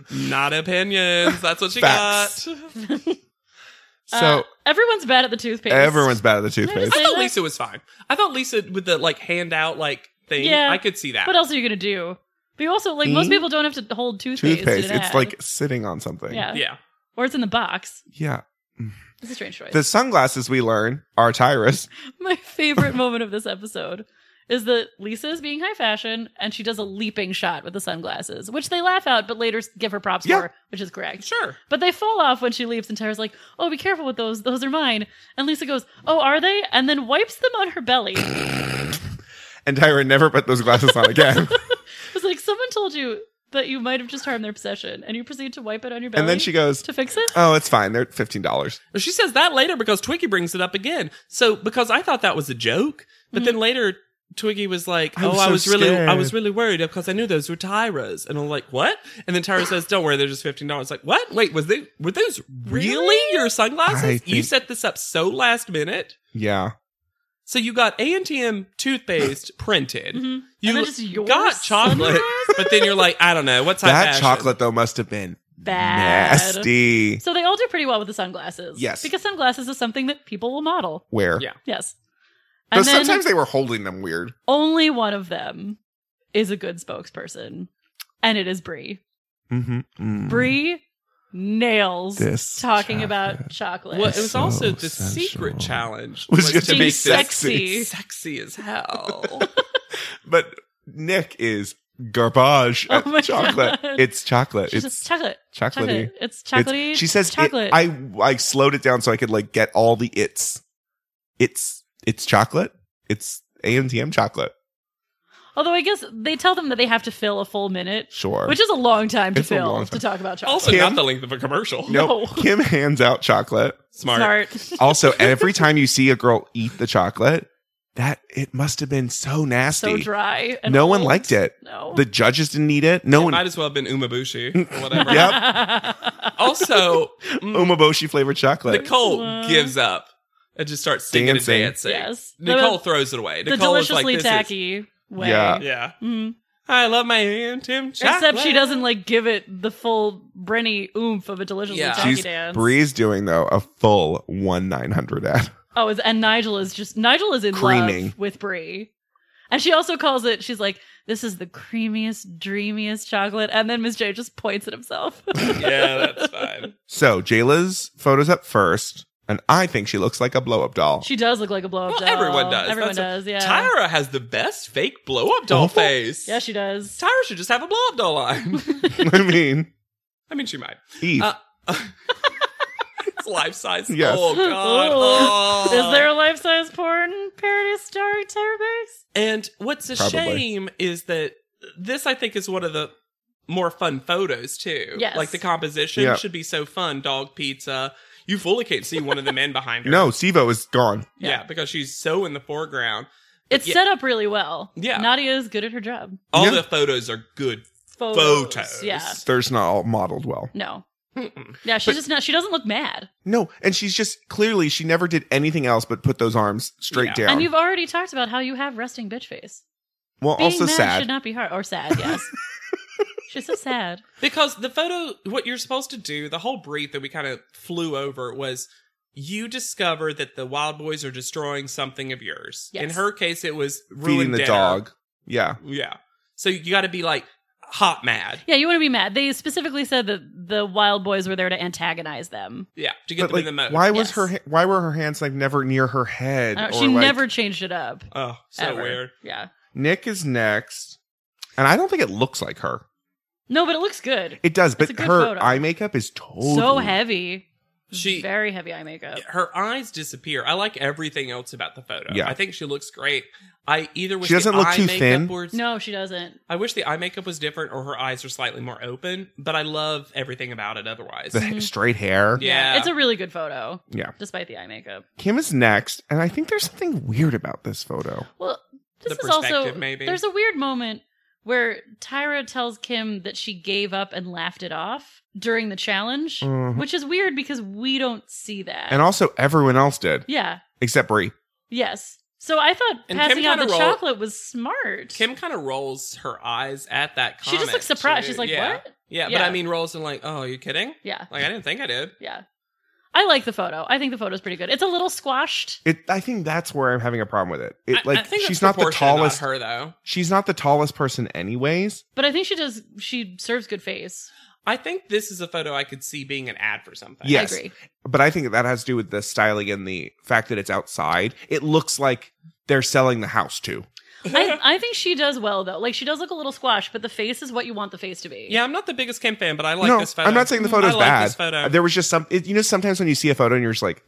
[SPEAKER 3] Not opinions. That's what she
[SPEAKER 1] Facts.
[SPEAKER 3] got.
[SPEAKER 1] So
[SPEAKER 2] Uh, everyone's bad at the toothpaste.
[SPEAKER 1] everyone's bad at the
[SPEAKER 2] Can
[SPEAKER 1] toothpaste.
[SPEAKER 2] I
[SPEAKER 3] I
[SPEAKER 2] Say
[SPEAKER 3] thought
[SPEAKER 2] that?
[SPEAKER 3] Lisa was fine. I thought Lisa with the like handout like thing.
[SPEAKER 2] Yeah.
[SPEAKER 3] I could see that.
[SPEAKER 2] What else are you gonna do? But you also like most
[SPEAKER 3] Hmm?
[SPEAKER 1] Mhm.
[SPEAKER 2] people don't have to hold toothpaste. in
[SPEAKER 1] Toothpaste.
[SPEAKER 2] an
[SPEAKER 1] It's
[SPEAKER 2] ad.
[SPEAKER 1] like sitting on something.
[SPEAKER 2] yeah.
[SPEAKER 3] Yeah.
[SPEAKER 2] or it's in the box.
[SPEAKER 1] Yeah.
[SPEAKER 2] It's a strange choice.
[SPEAKER 1] The sunglasses we learn are Tyrus.
[SPEAKER 2] My favorite moment of this episode is that Lisa is being high fashion and she does a leaping shot with the sunglasses, which they laugh out but later give her props
[SPEAKER 1] Yeah.
[SPEAKER 2] for, which is correct.
[SPEAKER 3] Sure.
[SPEAKER 2] But they fall off when she leaves, and Tara's like, "Oh, be careful with those; those are mine." And Lisa goes, "Oh, are they?" And then wipes them on her belly. It's
[SPEAKER 1] And Tyra never put those glasses on again.
[SPEAKER 2] like someone told you that you might have just harmed their possession, and you proceed to wipe it on your belly.
[SPEAKER 1] and then she goes,
[SPEAKER 2] to fix it.
[SPEAKER 1] "Oh, it's fine. They're fifteen dollars."
[SPEAKER 3] She says that later because Twiggy brings it up again. So because I thought that was a joke, but then later Twiggy was like,
[SPEAKER 1] Mm-hmm. I
[SPEAKER 3] "Oh,
[SPEAKER 1] was
[SPEAKER 3] I
[SPEAKER 1] so
[SPEAKER 3] was really, I
[SPEAKER 1] scared."
[SPEAKER 3] was really worried because I knew those were Tyra's," and I'm like, "What?" And then Tyra says, "Don't worry, they're just fifteen dollars." Like, what? Wait, was they were those really, your sunglasses?
[SPEAKER 1] I
[SPEAKER 3] You
[SPEAKER 1] think-
[SPEAKER 3] set this up so last minute.
[SPEAKER 1] Yeah,
[SPEAKER 3] So you got A and TM toothpaste printed.
[SPEAKER 1] Mm-hmm.
[SPEAKER 2] Mhm.
[SPEAKER 3] You
[SPEAKER 2] And then just your
[SPEAKER 3] got chocolate, but then you're like, I don't know what's
[SPEAKER 1] that chocolate though must have been
[SPEAKER 2] Bad.
[SPEAKER 1] nasty.
[SPEAKER 2] So they all do pretty well with the sunglasses.
[SPEAKER 1] Yes.
[SPEAKER 2] because sunglasses is something that people will model.
[SPEAKER 1] Where?
[SPEAKER 3] Yeah.
[SPEAKER 2] Yes,
[SPEAKER 1] Though
[SPEAKER 2] and then
[SPEAKER 1] sometimes they were holding them weird.
[SPEAKER 2] only one of them is a good spokesperson, and it is Bree.
[SPEAKER 1] Mm-hmm.
[SPEAKER 2] Bree nails
[SPEAKER 1] This
[SPEAKER 2] talking
[SPEAKER 1] chocolate.
[SPEAKER 2] about chocolate.
[SPEAKER 3] Well, it was
[SPEAKER 1] So
[SPEAKER 3] also the
[SPEAKER 1] sensual.
[SPEAKER 3] secret challenge
[SPEAKER 1] Was just to be
[SPEAKER 2] Being
[SPEAKER 3] make this
[SPEAKER 1] sexy.
[SPEAKER 2] sexy.
[SPEAKER 3] sexy as hell.
[SPEAKER 1] But Nick is garbage
[SPEAKER 2] Oh
[SPEAKER 1] at
[SPEAKER 2] my
[SPEAKER 1] chocolate.
[SPEAKER 2] God.
[SPEAKER 1] It's chocolate.
[SPEAKER 2] She's
[SPEAKER 1] it's
[SPEAKER 2] just chocolate.
[SPEAKER 1] chocolatey.
[SPEAKER 2] Chocolate. It's
[SPEAKER 1] It's-
[SPEAKER 2] chocolatey.
[SPEAKER 1] she says it-
[SPEAKER 2] chocolate.
[SPEAKER 1] I I slowed it down so I could like get all the its. It's it's chocolate. It's AMTM chocolate.
[SPEAKER 2] Although I guess they tell them that they have to fill a full minute,
[SPEAKER 1] Sure.
[SPEAKER 2] which is a long time to
[SPEAKER 1] It's a
[SPEAKER 2] fill
[SPEAKER 1] long
[SPEAKER 2] to
[SPEAKER 1] time.
[SPEAKER 2] talk about chocolate.
[SPEAKER 3] also,
[SPEAKER 1] Kim?
[SPEAKER 3] not the length of a commercial.
[SPEAKER 1] nope.
[SPEAKER 2] no.
[SPEAKER 1] Kim hands out chocolate.
[SPEAKER 3] Smart.
[SPEAKER 1] Also, every time you see a girl eat the chocolate, that it must have been so
[SPEAKER 2] so
[SPEAKER 1] nasty.
[SPEAKER 2] dry. and
[SPEAKER 1] no one
[SPEAKER 2] old.
[SPEAKER 1] liked it.
[SPEAKER 2] No.
[SPEAKER 1] The judges didn't eat it. No
[SPEAKER 3] Might
[SPEAKER 1] one.
[SPEAKER 3] as well have been Umabushi or whatever.
[SPEAKER 1] Yep.
[SPEAKER 3] Also, mm,
[SPEAKER 1] Umaboshi flavored chocolate.
[SPEAKER 3] Nicole
[SPEAKER 2] Wow.
[SPEAKER 3] gives up and just starts singing
[SPEAKER 1] Dancing.
[SPEAKER 3] and dancing.
[SPEAKER 2] Yes. The-
[SPEAKER 3] Nicole throws it away.
[SPEAKER 2] the
[SPEAKER 3] Nicole is like,
[SPEAKER 2] deliciously
[SPEAKER 3] "This is-"
[SPEAKER 2] tacky way.
[SPEAKER 1] Yeah.
[SPEAKER 3] Yeah.
[SPEAKER 2] Mhm.
[SPEAKER 3] I love my hand, Tim.
[SPEAKER 2] Except she doesn't like give it the full Brenny oomph of a deliciously
[SPEAKER 3] Yeah.
[SPEAKER 2] tacky
[SPEAKER 1] She's
[SPEAKER 2] dance.
[SPEAKER 1] Bree's doing though a full one nine hundred ad.
[SPEAKER 2] Oh, is- and Nigel is just Nigel is in
[SPEAKER 1] Creaming.
[SPEAKER 2] love with Brie. And she also calls it, she's like, this is the creamiest, dreamiest chocolate. And then Miss J just points at himself.
[SPEAKER 3] Yeah, that's fine.
[SPEAKER 1] So Jayla's photos up first, and I think she looks like a blow up doll.
[SPEAKER 2] she does look like a blow up
[SPEAKER 3] Well,
[SPEAKER 2] doll.
[SPEAKER 3] everyone does.
[SPEAKER 2] Everyone
[SPEAKER 3] That's
[SPEAKER 2] does, yeah.
[SPEAKER 3] Tyra has the best fake blow up doll
[SPEAKER 1] Awful.
[SPEAKER 3] face.
[SPEAKER 2] Yeah, she does.
[SPEAKER 3] Tyra should just have a blow up doll line.
[SPEAKER 1] I mean,
[SPEAKER 3] I mean, she might.
[SPEAKER 1] Eve.
[SPEAKER 3] Uh, it's life size.
[SPEAKER 1] Yes.
[SPEAKER 3] Oh God.
[SPEAKER 2] Oh.
[SPEAKER 3] Oh.
[SPEAKER 2] Is there a life size porn parody starring Tyra Banks?
[SPEAKER 3] And what's a
[SPEAKER 1] Probably.
[SPEAKER 3] shame is that this, I think, is one of the more fun photos too.
[SPEAKER 2] Yes.
[SPEAKER 3] Like the composition
[SPEAKER 1] Yeah.
[SPEAKER 3] should be so fun. Dog pizza. You fully can't see one of the men behind her.
[SPEAKER 1] no, Stevo is gone.
[SPEAKER 3] Yeah, because she's so in the foreground.
[SPEAKER 2] It's
[SPEAKER 3] Yeah.
[SPEAKER 2] set up really well.
[SPEAKER 3] Yeah.
[SPEAKER 2] Nadia is good at her job.
[SPEAKER 3] All
[SPEAKER 1] Yeah.
[SPEAKER 3] the photos are good.
[SPEAKER 2] Photos.
[SPEAKER 3] Photos.
[SPEAKER 2] Yeah.
[SPEAKER 1] There's not all modeled well.
[SPEAKER 2] No.
[SPEAKER 3] Mm-mm.
[SPEAKER 2] Yeah, she's
[SPEAKER 1] But-
[SPEAKER 2] just not, she doesn't look mad.
[SPEAKER 1] No, and she's just clearly she never did anything else but put those arms straight
[SPEAKER 3] Yeah.
[SPEAKER 1] down.
[SPEAKER 2] And you've already talked about how you have resting bitch face.
[SPEAKER 1] well,
[SPEAKER 2] Being
[SPEAKER 1] also
[SPEAKER 2] mad
[SPEAKER 1] sad.
[SPEAKER 2] should not be hard or sad. Yes, she's so sad.
[SPEAKER 3] Because the photo, what you're supposed to do, the whole brief that we kind of flew over was you discover that the wild boys are destroying something of yours.
[SPEAKER 2] Yes.
[SPEAKER 3] In her case, it was ruined
[SPEAKER 1] Feeding the
[SPEAKER 3] dinner.
[SPEAKER 1] dog. Yeah.
[SPEAKER 3] Yeah. So you got to be like hot mad.
[SPEAKER 2] Yeah, you want to be mad. They specifically said that the wild boys were there to antagonize them.
[SPEAKER 3] Yeah. To get
[SPEAKER 1] But
[SPEAKER 3] them in the
[SPEAKER 1] like,
[SPEAKER 3] mode.
[SPEAKER 1] why was
[SPEAKER 2] Yes.
[SPEAKER 1] her? ha- Why were her hands like never near her head?
[SPEAKER 2] I don't-
[SPEAKER 1] or,
[SPEAKER 2] Uh, she
[SPEAKER 1] like-
[SPEAKER 2] never changed it up.
[SPEAKER 3] Oh, so
[SPEAKER 2] ever.
[SPEAKER 3] weird.
[SPEAKER 2] Yeah.
[SPEAKER 1] Nick is next, and I don't think it looks like her.
[SPEAKER 2] No, but it looks good.
[SPEAKER 1] It does,
[SPEAKER 2] a
[SPEAKER 1] but
[SPEAKER 2] good
[SPEAKER 1] her
[SPEAKER 2] photo.
[SPEAKER 1] eye makeup is totally
[SPEAKER 2] So heavy.
[SPEAKER 3] She-
[SPEAKER 2] very heavy eye makeup.
[SPEAKER 3] Her eyes disappear. I like everything else about the photo.
[SPEAKER 1] Yeah.
[SPEAKER 3] I think she looks great. I either wish
[SPEAKER 1] She doesn't
[SPEAKER 3] the
[SPEAKER 1] look
[SPEAKER 3] eye
[SPEAKER 1] too
[SPEAKER 3] makeup
[SPEAKER 1] thin.
[SPEAKER 3] Was,
[SPEAKER 2] No, she doesn't.
[SPEAKER 3] I wish the eye makeup was different or her eyes are slightly more open, but I love everything about it otherwise.
[SPEAKER 1] the
[SPEAKER 2] Mm-hmm.
[SPEAKER 1] ha- straight hair.
[SPEAKER 3] Yeah.
[SPEAKER 2] It's a really good photo,
[SPEAKER 1] yeah.
[SPEAKER 2] despite the eye makeup.
[SPEAKER 1] Kim is next, and I think there's something weird about this photo.
[SPEAKER 2] Well, this
[SPEAKER 3] The
[SPEAKER 2] is also
[SPEAKER 3] perspective, maybe.
[SPEAKER 2] there's a weird moment where Tyra tells Kim that she gave up and laughed it off during the challenge,
[SPEAKER 1] Mhm.
[SPEAKER 2] which is weird because we don't see that.
[SPEAKER 1] And also, everyone else did
[SPEAKER 2] yeah,
[SPEAKER 1] except Brie.
[SPEAKER 2] yes. So I thought
[SPEAKER 3] And Kim
[SPEAKER 2] passing out the
[SPEAKER 3] kinda roll-
[SPEAKER 2] chocolate was smart.
[SPEAKER 3] Kim kind of rolls her eyes at that
[SPEAKER 2] she
[SPEAKER 3] comment.
[SPEAKER 2] just looks surprised.
[SPEAKER 3] too.
[SPEAKER 2] She's like,
[SPEAKER 3] yeah.
[SPEAKER 2] "What?"
[SPEAKER 3] Yeah, but
[SPEAKER 2] Yeah.
[SPEAKER 3] I mean, rolls and like, oh, are you kidding?
[SPEAKER 2] Yeah,
[SPEAKER 3] Like, I didn't think I did.
[SPEAKER 2] yeah. I like the photo. I think the photo's pretty good. It's a little squashed.
[SPEAKER 1] It. I think that's where I'm having a problem with it. It
[SPEAKER 3] I- I
[SPEAKER 1] like
[SPEAKER 3] think that's
[SPEAKER 1] she's not the
[SPEAKER 3] proportionate,
[SPEAKER 1] tallest.
[SPEAKER 3] her though.
[SPEAKER 1] she's not the tallest person, anyways.
[SPEAKER 2] But I think she does. She serves good face.
[SPEAKER 3] I think this is a photo I could see being an ad for something.
[SPEAKER 1] Yes.
[SPEAKER 2] I agree.
[SPEAKER 1] But I think that has to do with the styling and the fact that it's outside. It looks like they're selling the house too.
[SPEAKER 2] I, I think she does well though. Like she does look a little squashed, but the face is what you want the face to be.
[SPEAKER 3] Yeah, I'm not the biggest Kim fan, but I like
[SPEAKER 1] no,
[SPEAKER 3] this photo.
[SPEAKER 1] I'm not saying the photo's
[SPEAKER 3] I like
[SPEAKER 1] bad.
[SPEAKER 3] This photo.
[SPEAKER 1] There was just some. It, you know, sometimes when you see a photo and you're just like,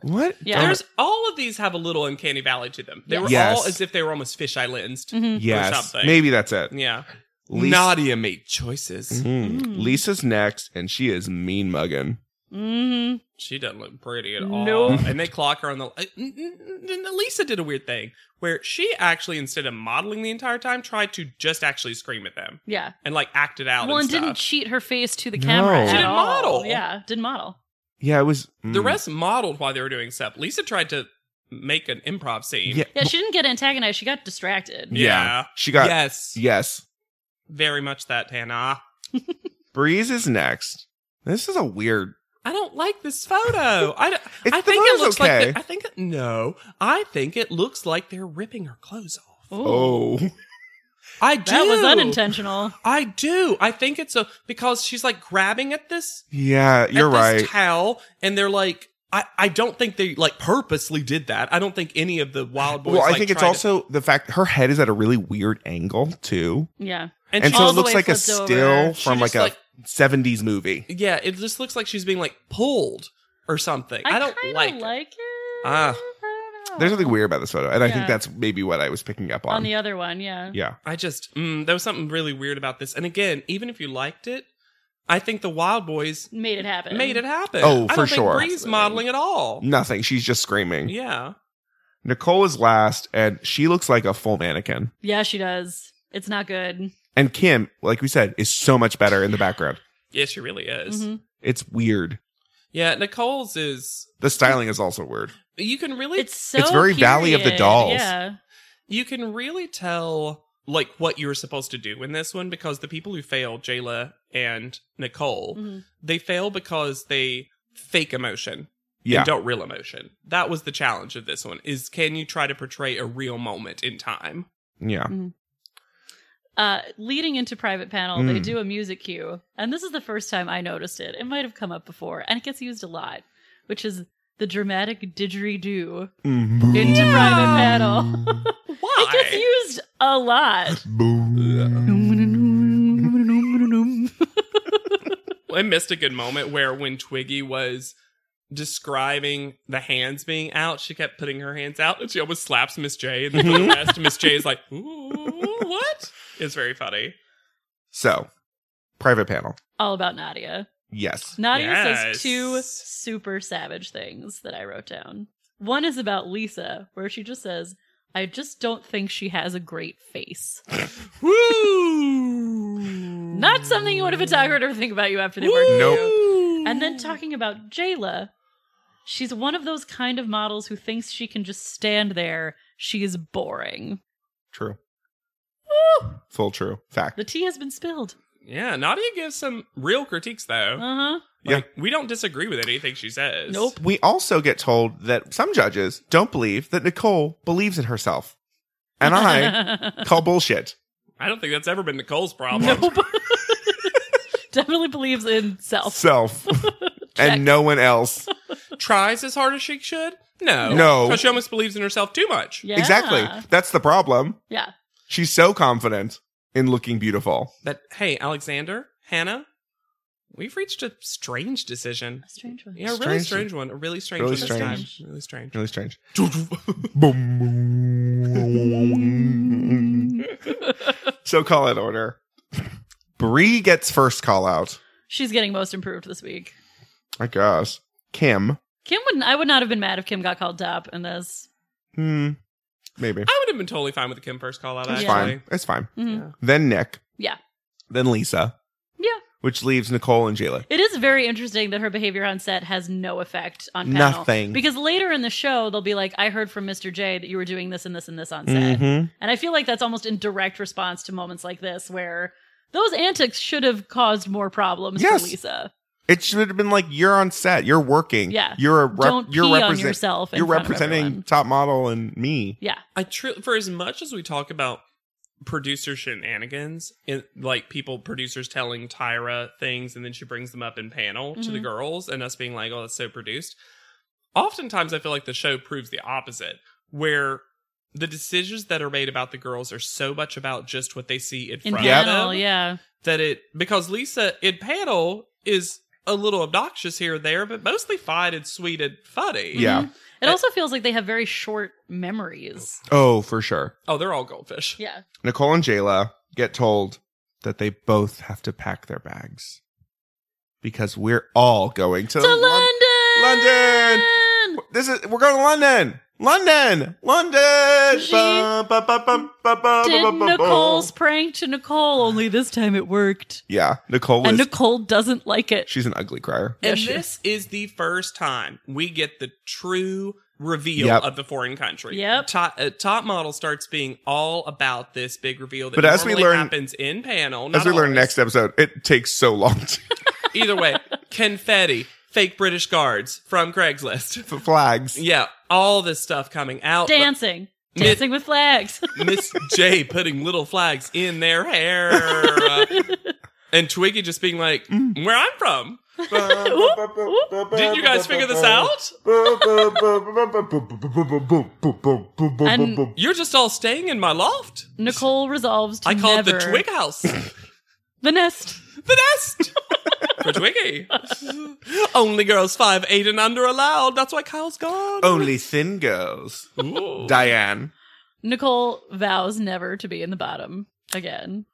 [SPEAKER 1] what?
[SPEAKER 2] Yeah.
[SPEAKER 3] There's all of these have a little uncanny valley to them. They were
[SPEAKER 1] Yes.
[SPEAKER 3] all as if they were almost fisheye lensed.
[SPEAKER 2] Mm-hmm.
[SPEAKER 1] yes,
[SPEAKER 3] Mm. something.
[SPEAKER 1] maybe that's
[SPEAKER 2] Mm.
[SPEAKER 1] it.
[SPEAKER 3] Yeah.
[SPEAKER 1] Least-
[SPEAKER 3] Nadia made choices.
[SPEAKER 1] Mm. Lisa's next, and she is mean mugging.
[SPEAKER 2] hmm
[SPEAKER 3] She doesn't look pretty at all.
[SPEAKER 2] Nope.
[SPEAKER 3] And they clock her on the. uh, n- n- n- Lisa did a weird thing where she actually, instead of modeling the entire time, tried to just actually scream at them
[SPEAKER 2] Yeah.
[SPEAKER 3] and like act it out.
[SPEAKER 2] Well, and
[SPEAKER 3] and
[SPEAKER 2] didn't
[SPEAKER 3] stuff.
[SPEAKER 2] cheat her face to the
[SPEAKER 1] No.
[SPEAKER 2] camera.
[SPEAKER 1] She
[SPEAKER 2] at
[SPEAKER 3] didn't
[SPEAKER 2] all.
[SPEAKER 3] model.
[SPEAKER 2] Yeah, didn't model.
[SPEAKER 1] Yeah, it was mm.
[SPEAKER 3] the rest modeled while they were doing stuff. Lisa tried to make an improv scene.
[SPEAKER 1] Yeah,
[SPEAKER 2] Yeah, she didn't get antagonized. She got distracted.
[SPEAKER 1] yeah.
[SPEAKER 3] Yeah.
[SPEAKER 1] She got
[SPEAKER 3] yes.
[SPEAKER 1] yes.
[SPEAKER 3] Very much that, Hannah.
[SPEAKER 1] Breeze is next. This is a weird.
[SPEAKER 3] I don't like this photo. I, don't-
[SPEAKER 1] It's-
[SPEAKER 3] I
[SPEAKER 1] the
[SPEAKER 3] think it
[SPEAKER 1] photo's
[SPEAKER 3] looks
[SPEAKER 1] okay.
[SPEAKER 3] like they're- I think it- no. I think it looks like they're ripping her clothes off.
[SPEAKER 2] Ooh,
[SPEAKER 1] Oh,
[SPEAKER 3] I do.
[SPEAKER 2] that was unintentional.
[SPEAKER 3] I do. I think it's a because she's like grabbing at this
[SPEAKER 1] yeah,
[SPEAKER 3] at
[SPEAKER 1] you're
[SPEAKER 3] this
[SPEAKER 1] right.
[SPEAKER 3] towel, and they're like, I I don't think they like purposely did that. I don't think any of the wild boys.
[SPEAKER 1] well, I
[SPEAKER 3] like,
[SPEAKER 1] think it's
[SPEAKER 3] tried to-
[SPEAKER 1] also the fact her head is at a really weird angle too,
[SPEAKER 2] Yeah,
[SPEAKER 3] and,
[SPEAKER 1] and
[SPEAKER 3] she-
[SPEAKER 1] so
[SPEAKER 2] all
[SPEAKER 1] it
[SPEAKER 2] the
[SPEAKER 1] looks
[SPEAKER 2] way
[SPEAKER 1] like a
[SPEAKER 2] flipped over.
[SPEAKER 1] still
[SPEAKER 2] She
[SPEAKER 1] from like
[SPEAKER 3] just,
[SPEAKER 1] a
[SPEAKER 3] like-
[SPEAKER 1] '70s movie.
[SPEAKER 3] yeah, it just looks like she's being like pulled or something. I,
[SPEAKER 2] I,
[SPEAKER 3] don't
[SPEAKER 2] kinda
[SPEAKER 3] like. it.
[SPEAKER 2] like it.
[SPEAKER 3] Ah.
[SPEAKER 2] I don't know.
[SPEAKER 1] There's something weird about this photo, and I
[SPEAKER 2] Oh. Yeah.
[SPEAKER 1] think that's maybe what I was picking up on.
[SPEAKER 2] on the other one. Yeah,
[SPEAKER 1] yeah,
[SPEAKER 3] I just mm, there was something really weird about this. And again, even if you liked it, I think the Wild Boys
[SPEAKER 2] made it happen.
[SPEAKER 3] made it happen.
[SPEAKER 1] Oh, for
[SPEAKER 3] I don't think
[SPEAKER 1] sure. Mm.
[SPEAKER 3] Bree's modeling at all.
[SPEAKER 1] nothing. She's just screaming.
[SPEAKER 3] Yeah.
[SPEAKER 1] Nicole is last, and she looks like a full mannequin.
[SPEAKER 2] Yeah, she does. It's not good.
[SPEAKER 1] And Kim, like we said, is so much better in the background.
[SPEAKER 3] Yeah, she really is.
[SPEAKER 2] Mhm.
[SPEAKER 1] It's weird.
[SPEAKER 3] Yeah, Nicole's is
[SPEAKER 1] The styling is also weird.
[SPEAKER 3] you can really
[SPEAKER 2] It's so.
[SPEAKER 1] It's very Valley of the
[SPEAKER 2] period.
[SPEAKER 1] Dolls.
[SPEAKER 2] Yeah.
[SPEAKER 3] you can really tell like what you were supposed to do in this one because the people who failed, Jayla and Nicole,
[SPEAKER 2] Mhm.
[SPEAKER 3] they fail because they fake emotion
[SPEAKER 1] Yeah,
[SPEAKER 3] and don't real emotion. That was the challenge of this one is can you try to portray a real moment in time?
[SPEAKER 1] yeah.
[SPEAKER 2] Uh, leading into private panel, they
[SPEAKER 3] Hmm.
[SPEAKER 1] Mm.
[SPEAKER 2] do a music cue, and this is the first time I noticed it. It might have come up before, and it gets used a lot, which is the dramatic didgeridoo
[SPEAKER 1] Mm,
[SPEAKER 2] into
[SPEAKER 1] boom.
[SPEAKER 2] private panel.
[SPEAKER 3] Why?
[SPEAKER 2] It gets used a lot.
[SPEAKER 1] Boom.
[SPEAKER 3] I missed a good moment where when Twiggy was describing the hands being out, she kept putting her hands out and she almost slaps Miss J. And then the rest of Miss J is like, ooh, what? It's very funny.
[SPEAKER 1] so, private panel.
[SPEAKER 2] All about Nadia.
[SPEAKER 1] Yes.
[SPEAKER 2] Nadia says
[SPEAKER 3] Yes.
[SPEAKER 2] two super savage things that I wrote down. One is about Lisa, where she just says, I just don't think she has a great face.
[SPEAKER 3] Woo!
[SPEAKER 2] Not something you want a photographer to think about you after they work with you. And then talking about Jayla, she's one of those kind of models who thinks she can just stand there. She is boring.
[SPEAKER 1] True. Full true. Fact.
[SPEAKER 2] The tea has been spilled.
[SPEAKER 3] Yeah, Nadia gives some real critiques though.
[SPEAKER 2] Uh huh.
[SPEAKER 3] Like, We don't disagree with anything she says.
[SPEAKER 2] Nope.
[SPEAKER 1] We also get told that some judges don't believe that Nicole believes in herself. And I call bullshit.
[SPEAKER 3] I don't think that's ever been Nicole's problem.
[SPEAKER 2] Nope. Definitely believes in self.
[SPEAKER 1] Self. and no one else.
[SPEAKER 3] Tries as hard as she should? No.
[SPEAKER 1] No.
[SPEAKER 3] 'Cause she almost believes in herself too much.
[SPEAKER 2] Yeah.
[SPEAKER 1] Exactly. That's the problem.
[SPEAKER 2] Yeah.
[SPEAKER 1] She's so confident in looking beautiful.
[SPEAKER 3] that hey alexander hannah we've reached a strange decision
[SPEAKER 2] A strange one.
[SPEAKER 3] yeah a really
[SPEAKER 1] Strange.
[SPEAKER 3] strange one a really strange
[SPEAKER 1] Really
[SPEAKER 3] one
[SPEAKER 2] strange.
[SPEAKER 3] this time really strange
[SPEAKER 1] Really strange. Boom. so call it order. Bree gets first call out.
[SPEAKER 2] She's getting most improved this week.
[SPEAKER 1] I guess. Kim.
[SPEAKER 2] Kim wouldn't. I would not have been mad if Kim got called top in this.
[SPEAKER 1] Hmm. Maybe.
[SPEAKER 3] i would have been totally fine with the kim first call out
[SPEAKER 1] It's
[SPEAKER 3] actually
[SPEAKER 2] Yeah.
[SPEAKER 1] fine. It's fine.
[SPEAKER 2] Mhm.
[SPEAKER 3] Yeah.
[SPEAKER 1] Then Nick.
[SPEAKER 2] Yeah.
[SPEAKER 1] Then Lisa.
[SPEAKER 2] Yeah.
[SPEAKER 1] Which leaves Nicole and Jayla.
[SPEAKER 2] It is very interesting that her behavior on set has no effect on panel.
[SPEAKER 1] Nothing.
[SPEAKER 2] Because later in the show, they'll be like, I heard from Mr. J that you were doing this and this and this on set.
[SPEAKER 1] Mhm.
[SPEAKER 2] And I feel like that's almost in direct response to moments like this where those antics should have caused more problems
[SPEAKER 1] Yes.
[SPEAKER 2] for Lisa.
[SPEAKER 1] It should have been like you're on set. You're working.
[SPEAKER 2] Yeah.
[SPEAKER 1] You're a rep-
[SPEAKER 2] Don't
[SPEAKER 1] you're
[SPEAKER 2] pee on
[SPEAKER 1] represent-
[SPEAKER 2] yourself. in
[SPEAKER 1] You're
[SPEAKER 2] front of
[SPEAKER 1] representing
[SPEAKER 2] everyone.
[SPEAKER 1] top model and me.
[SPEAKER 2] Yeah.
[SPEAKER 3] i tru- for as much as we talk about producer shenanigans and like people producers telling tyra things and then she brings them up in panel to the
[SPEAKER 2] Mhm.
[SPEAKER 3] girls and us being like oh that's so produced oftentimes i feel like the show proves the opposite where the decisions that are made about the girls are so much about just what they see in,
[SPEAKER 2] in
[SPEAKER 3] front
[SPEAKER 1] Yep.
[SPEAKER 3] of
[SPEAKER 2] panel.
[SPEAKER 3] them
[SPEAKER 2] Yeah,
[SPEAKER 3] that it because Lisa in panel is a little obnoxious here and there, but mostly fine and sweet and funny.
[SPEAKER 2] Mm-hmm.
[SPEAKER 1] Yeah.
[SPEAKER 2] it also feels like they have very short memories.
[SPEAKER 1] Oh, for sure.
[SPEAKER 3] Oh, they're all goldfish.
[SPEAKER 2] Yeah,
[SPEAKER 1] Nicole and Jayla get told that they both have to pack their bags because we're all going to,
[SPEAKER 2] to
[SPEAKER 1] Lon-
[SPEAKER 2] London.
[SPEAKER 1] London! This is we're going to London. London. London.
[SPEAKER 2] She
[SPEAKER 1] Bum, bum, bum, bum, bum, bum,
[SPEAKER 2] Did
[SPEAKER 1] bum, bum, bum.
[SPEAKER 2] Nicole's prank to Nicole? Only this time it worked,
[SPEAKER 1] Yeah, Nicole
[SPEAKER 2] and
[SPEAKER 1] is
[SPEAKER 2] Nicole doesn't like it.
[SPEAKER 1] she's an ugly crier.
[SPEAKER 3] And
[SPEAKER 2] Yes, she-
[SPEAKER 3] this is the first time we get the true reveal
[SPEAKER 1] Yep.
[SPEAKER 3] of the foreign country.
[SPEAKER 2] Yep.
[SPEAKER 3] Top, uh, top model starts being all about this big reveal that
[SPEAKER 1] But as we
[SPEAKER 3] normally
[SPEAKER 1] learn-
[SPEAKER 3] happens in panel.
[SPEAKER 1] As
[SPEAKER 3] not
[SPEAKER 1] we learn
[SPEAKER 3] always.
[SPEAKER 1] next episode, it takes so long to
[SPEAKER 3] Either way, confetti, fake British guards from Craigslist.
[SPEAKER 1] f- flags.
[SPEAKER 3] Yeah, all this stuff coming out.
[SPEAKER 2] Dancing,
[SPEAKER 3] Mid-
[SPEAKER 2] dancing with flags.
[SPEAKER 3] Miss J putting little flags in their hair. Uh, and Twiggy just being like, where I'm from.
[SPEAKER 2] Um,
[SPEAKER 3] Didn't
[SPEAKER 1] Did
[SPEAKER 3] you guys figure this out?
[SPEAKER 2] And-
[SPEAKER 3] You're just all staying in my loft.
[SPEAKER 2] Nicole resolves to
[SPEAKER 3] I call
[SPEAKER 2] never
[SPEAKER 3] it the Twig House. the
[SPEAKER 2] the nest.
[SPEAKER 3] nest for Twiggy. Only girls five, eight, and under allowed. That's why Kyle's gone.
[SPEAKER 1] Only thin girls.
[SPEAKER 3] Ooh.
[SPEAKER 1] Diane.
[SPEAKER 2] Nicole vows never to be in the bottom again,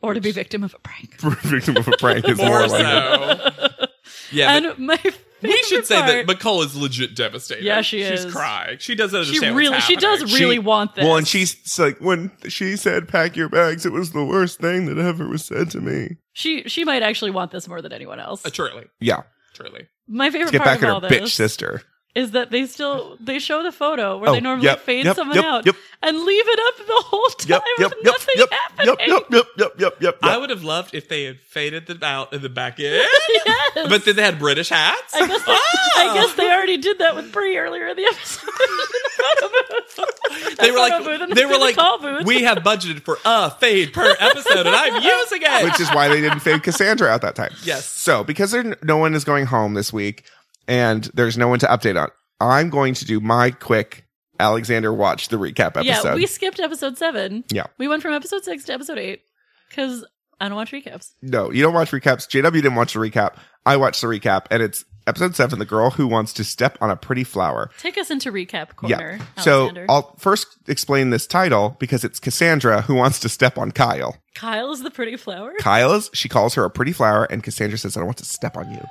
[SPEAKER 2] or to be victim of a prank.
[SPEAKER 1] victim of a prank is more
[SPEAKER 3] More
[SPEAKER 1] like it.
[SPEAKER 3] so. Yeah, but
[SPEAKER 2] and my
[SPEAKER 3] we should
[SPEAKER 2] favorite
[SPEAKER 3] say that
[SPEAKER 2] part-
[SPEAKER 3] Nicole is legit devastated.
[SPEAKER 2] Yeah, she is.
[SPEAKER 3] She's crying. She doesn't
[SPEAKER 2] she
[SPEAKER 3] understand.
[SPEAKER 2] really,
[SPEAKER 3] what's
[SPEAKER 2] she does
[SPEAKER 3] happening.
[SPEAKER 2] really
[SPEAKER 1] She-
[SPEAKER 2] want this.
[SPEAKER 1] Well, and she's it's like, when she said pack your bags, it was the worst thing that ever was said to me.
[SPEAKER 2] she she might actually want this more than anyone else.
[SPEAKER 3] Uh, truly,
[SPEAKER 1] Yeah.
[SPEAKER 3] truly.
[SPEAKER 2] My favorite
[SPEAKER 1] Get
[SPEAKER 2] part
[SPEAKER 1] back
[SPEAKER 2] of
[SPEAKER 1] at
[SPEAKER 2] all
[SPEAKER 1] her bitch
[SPEAKER 2] this
[SPEAKER 1] sister.
[SPEAKER 2] is that they still they show the photo where they normally
[SPEAKER 1] Oh, yep,
[SPEAKER 2] fade
[SPEAKER 1] yep,
[SPEAKER 2] someone
[SPEAKER 1] yep,
[SPEAKER 2] out
[SPEAKER 1] Yep,
[SPEAKER 2] and leave it up the whole time
[SPEAKER 1] yep, yep,
[SPEAKER 2] with
[SPEAKER 1] yep,
[SPEAKER 2] nothing
[SPEAKER 1] yep,
[SPEAKER 2] happening.
[SPEAKER 1] yep, yep, yep, yep, yep, yep,
[SPEAKER 3] I
[SPEAKER 1] yep.
[SPEAKER 3] would have loved if they had faded them out in the back end,
[SPEAKER 2] Yes.
[SPEAKER 3] but then they had British hats.
[SPEAKER 2] I guess, they,
[SPEAKER 1] Ah!
[SPEAKER 2] I guess they already did that with Bree earlier in the episode. In the photo booth.
[SPEAKER 3] they were
[SPEAKER 2] Photo booth
[SPEAKER 3] like,
[SPEAKER 2] and
[SPEAKER 3] they
[SPEAKER 2] in
[SPEAKER 3] were
[SPEAKER 2] the
[SPEAKER 3] like,
[SPEAKER 2] call booth.
[SPEAKER 3] we have budgeted for a fade per episode, and I'm using it.
[SPEAKER 1] which is why they didn't fade Cassandra out that time.
[SPEAKER 3] Yes.
[SPEAKER 1] So because there, no one is going home this week, and there's no one to update on, I'm going to do my quick Alexander watch the recap episode.
[SPEAKER 2] Yeah, we skipped episode seven.
[SPEAKER 1] Yeah.
[SPEAKER 2] We went from episode six to episode eight because I don't watch recaps.
[SPEAKER 1] no, you don't watch recaps. JW didn't watch the recap. I watched the recap, and it's episode seven: the girl who wants to step on a pretty flower.
[SPEAKER 2] Take us into recap corner.
[SPEAKER 1] So
[SPEAKER 2] Alexander.
[SPEAKER 1] I'll first explain this title because it's Cassandra who wants to step on Kyle.
[SPEAKER 2] Kyle is the pretty flower.
[SPEAKER 1] Kyle is she calls her a pretty flower, and Cassandra says, "I don't want to step on you."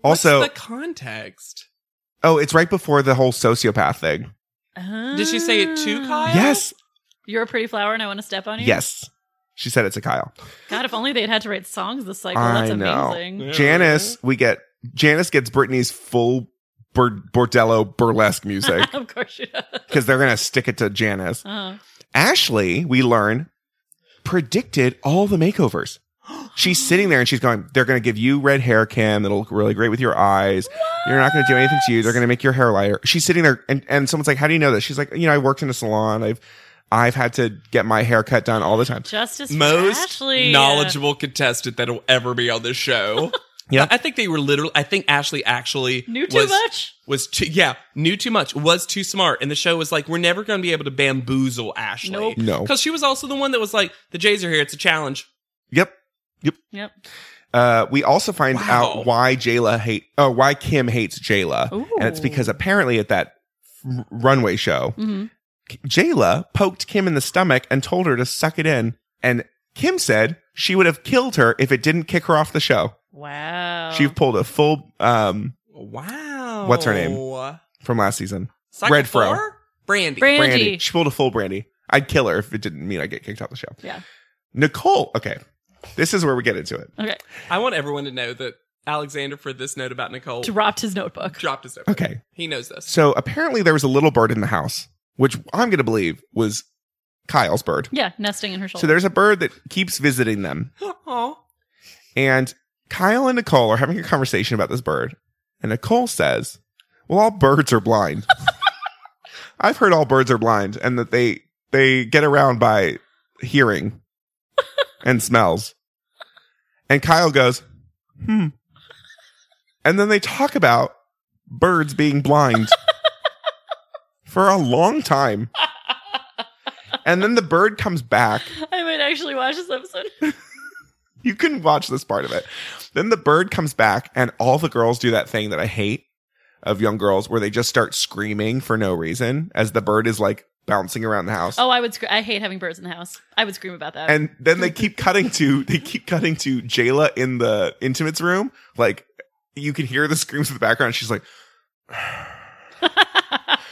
[SPEAKER 3] What's
[SPEAKER 1] Also,
[SPEAKER 3] the context.
[SPEAKER 1] oh, it's right before the whole sociopath thing.
[SPEAKER 3] Did she say it to
[SPEAKER 2] Ah.
[SPEAKER 3] Kyle?
[SPEAKER 1] Yes,
[SPEAKER 2] You're a pretty flower and I want to step on you?
[SPEAKER 1] Yes. She said it to Kyle.
[SPEAKER 2] God, if only they had had to write songs this cycle.
[SPEAKER 1] I
[SPEAKER 2] That's
[SPEAKER 1] know.
[SPEAKER 2] amazing.
[SPEAKER 3] Yeah.
[SPEAKER 1] Janice, we get Janice gets Brittany's full bur- bordello burlesque music
[SPEAKER 2] of course she does.
[SPEAKER 1] because they're gonna stick it to Janice.
[SPEAKER 2] Uh,
[SPEAKER 1] Ashley, we learn, predicted all the makeovers. She's sitting there and she's going, They're gonna give you red hair, Kim. It'll look really great with your eyes. You're not gonna do anything to you. They're gonna make your hair lighter. She's sitting there and, and someone's like, How do you know this? She's like, you know, I worked in a salon. I've I've had to get my hair cut done all the time.
[SPEAKER 2] Justice
[SPEAKER 3] Most
[SPEAKER 2] for Ashley. uh,
[SPEAKER 3] knowledgeable contestant that'll ever be on this show.
[SPEAKER 1] Yeah.
[SPEAKER 3] I think they were literally. I think Ashley actually
[SPEAKER 2] Knew too
[SPEAKER 3] was,
[SPEAKER 2] much.
[SPEAKER 3] Was too yeah, knew too much. Was too smart, and the show was like, we're never going to be able to bamboozle Ashley.
[SPEAKER 2] Nope.
[SPEAKER 1] No.
[SPEAKER 3] because she was also the one that was like, the Jays are here. It's a challenge.
[SPEAKER 1] Yep.
[SPEAKER 2] Yep.
[SPEAKER 1] Uh, we also find
[SPEAKER 3] Wow.
[SPEAKER 1] out why Jayla hate, uh, why Kim hates Jayla,
[SPEAKER 2] Ooh.
[SPEAKER 1] and it's because apparently at that r- runway show,
[SPEAKER 2] hmm
[SPEAKER 1] Jayla poked Kim in the stomach and told her to suck it in, and Kim said she would have killed her if it didn't kick her off the show.
[SPEAKER 2] Wow.
[SPEAKER 1] She pulled a full um
[SPEAKER 3] Wow.
[SPEAKER 1] What's her name? from last season,
[SPEAKER 3] Cycle
[SPEAKER 1] Red Fro.
[SPEAKER 3] four? Brandy.
[SPEAKER 2] Brandy.
[SPEAKER 1] She pulled a full Brandy. I'd kill her if it didn't mean I get kicked off the show.
[SPEAKER 2] Yeah.
[SPEAKER 1] Nicole. Okay, this is where we get into it.
[SPEAKER 2] Okay.
[SPEAKER 3] I want everyone to know that Alexander, for this note about Nicole,
[SPEAKER 2] Dropped his notebook.
[SPEAKER 3] dropped his note.
[SPEAKER 1] Okay,
[SPEAKER 3] He knows this.
[SPEAKER 1] So apparently there was a little bird in the house, which I'm going to believe was Kyle's bird.
[SPEAKER 2] Yeah, nesting in her shoulder.
[SPEAKER 1] So there's a bird that keeps visiting them.
[SPEAKER 3] Oh,
[SPEAKER 1] And Kyle and Nicole are having a conversation about this bird. And Nicole says, Well, all birds are blind. I've heard all birds are blind and that they they get around by hearing and smells. And Kyle goes, Hmm. And then they talk about birds being blind for a long time. And then the bird comes back.
[SPEAKER 2] I might actually watch this episode.
[SPEAKER 1] You can watch this part of it. Then the bird comes back, and all the girls do that thing that I hate of young girls where they just start screaming for no reason as the bird is like bouncing around the house.
[SPEAKER 2] Oh, I would. Sc- I hate having birds in the house. I would scream about that.
[SPEAKER 1] And then they keep cutting to they keep cutting to Jayla in the intimates room. Like you can hear the screams in the background. She's like,
[SPEAKER 2] Why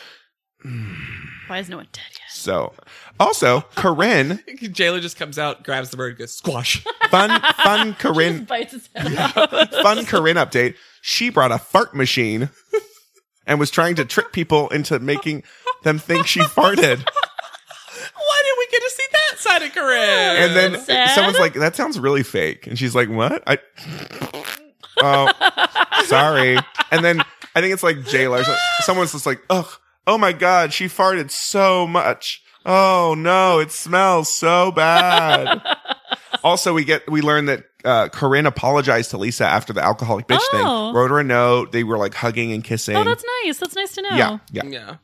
[SPEAKER 2] is no one dead yet?
[SPEAKER 1] so. Also, Corinne,
[SPEAKER 3] Jayla just comes out, grabs the bird, and goes squash.
[SPEAKER 1] fun fun
[SPEAKER 2] Just
[SPEAKER 1] Corinne
[SPEAKER 2] bites his head off.
[SPEAKER 1] fun Corinne update. She brought a fart machine and was trying to trick people into making them think she farted.
[SPEAKER 3] Why did we get to see that side of Corinne?
[SPEAKER 1] And then
[SPEAKER 2] Sad.
[SPEAKER 1] someone's like, "That sounds really fake," and she's like, "What?" I oh, sorry. And then I think it's like Jayla. or so- Someone's just like, "Ugh, oh my god, she farted so much. Oh no, it smells so bad." also, we get we learn that. Uh, Corinne apologized to Lisa after the alcoholic bitch
[SPEAKER 2] Oh.
[SPEAKER 1] thing. Wrote her a note. They were like hugging and kissing.
[SPEAKER 2] Oh, that's nice. That's nice to know.
[SPEAKER 1] yeah, yeah.
[SPEAKER 3] yeah,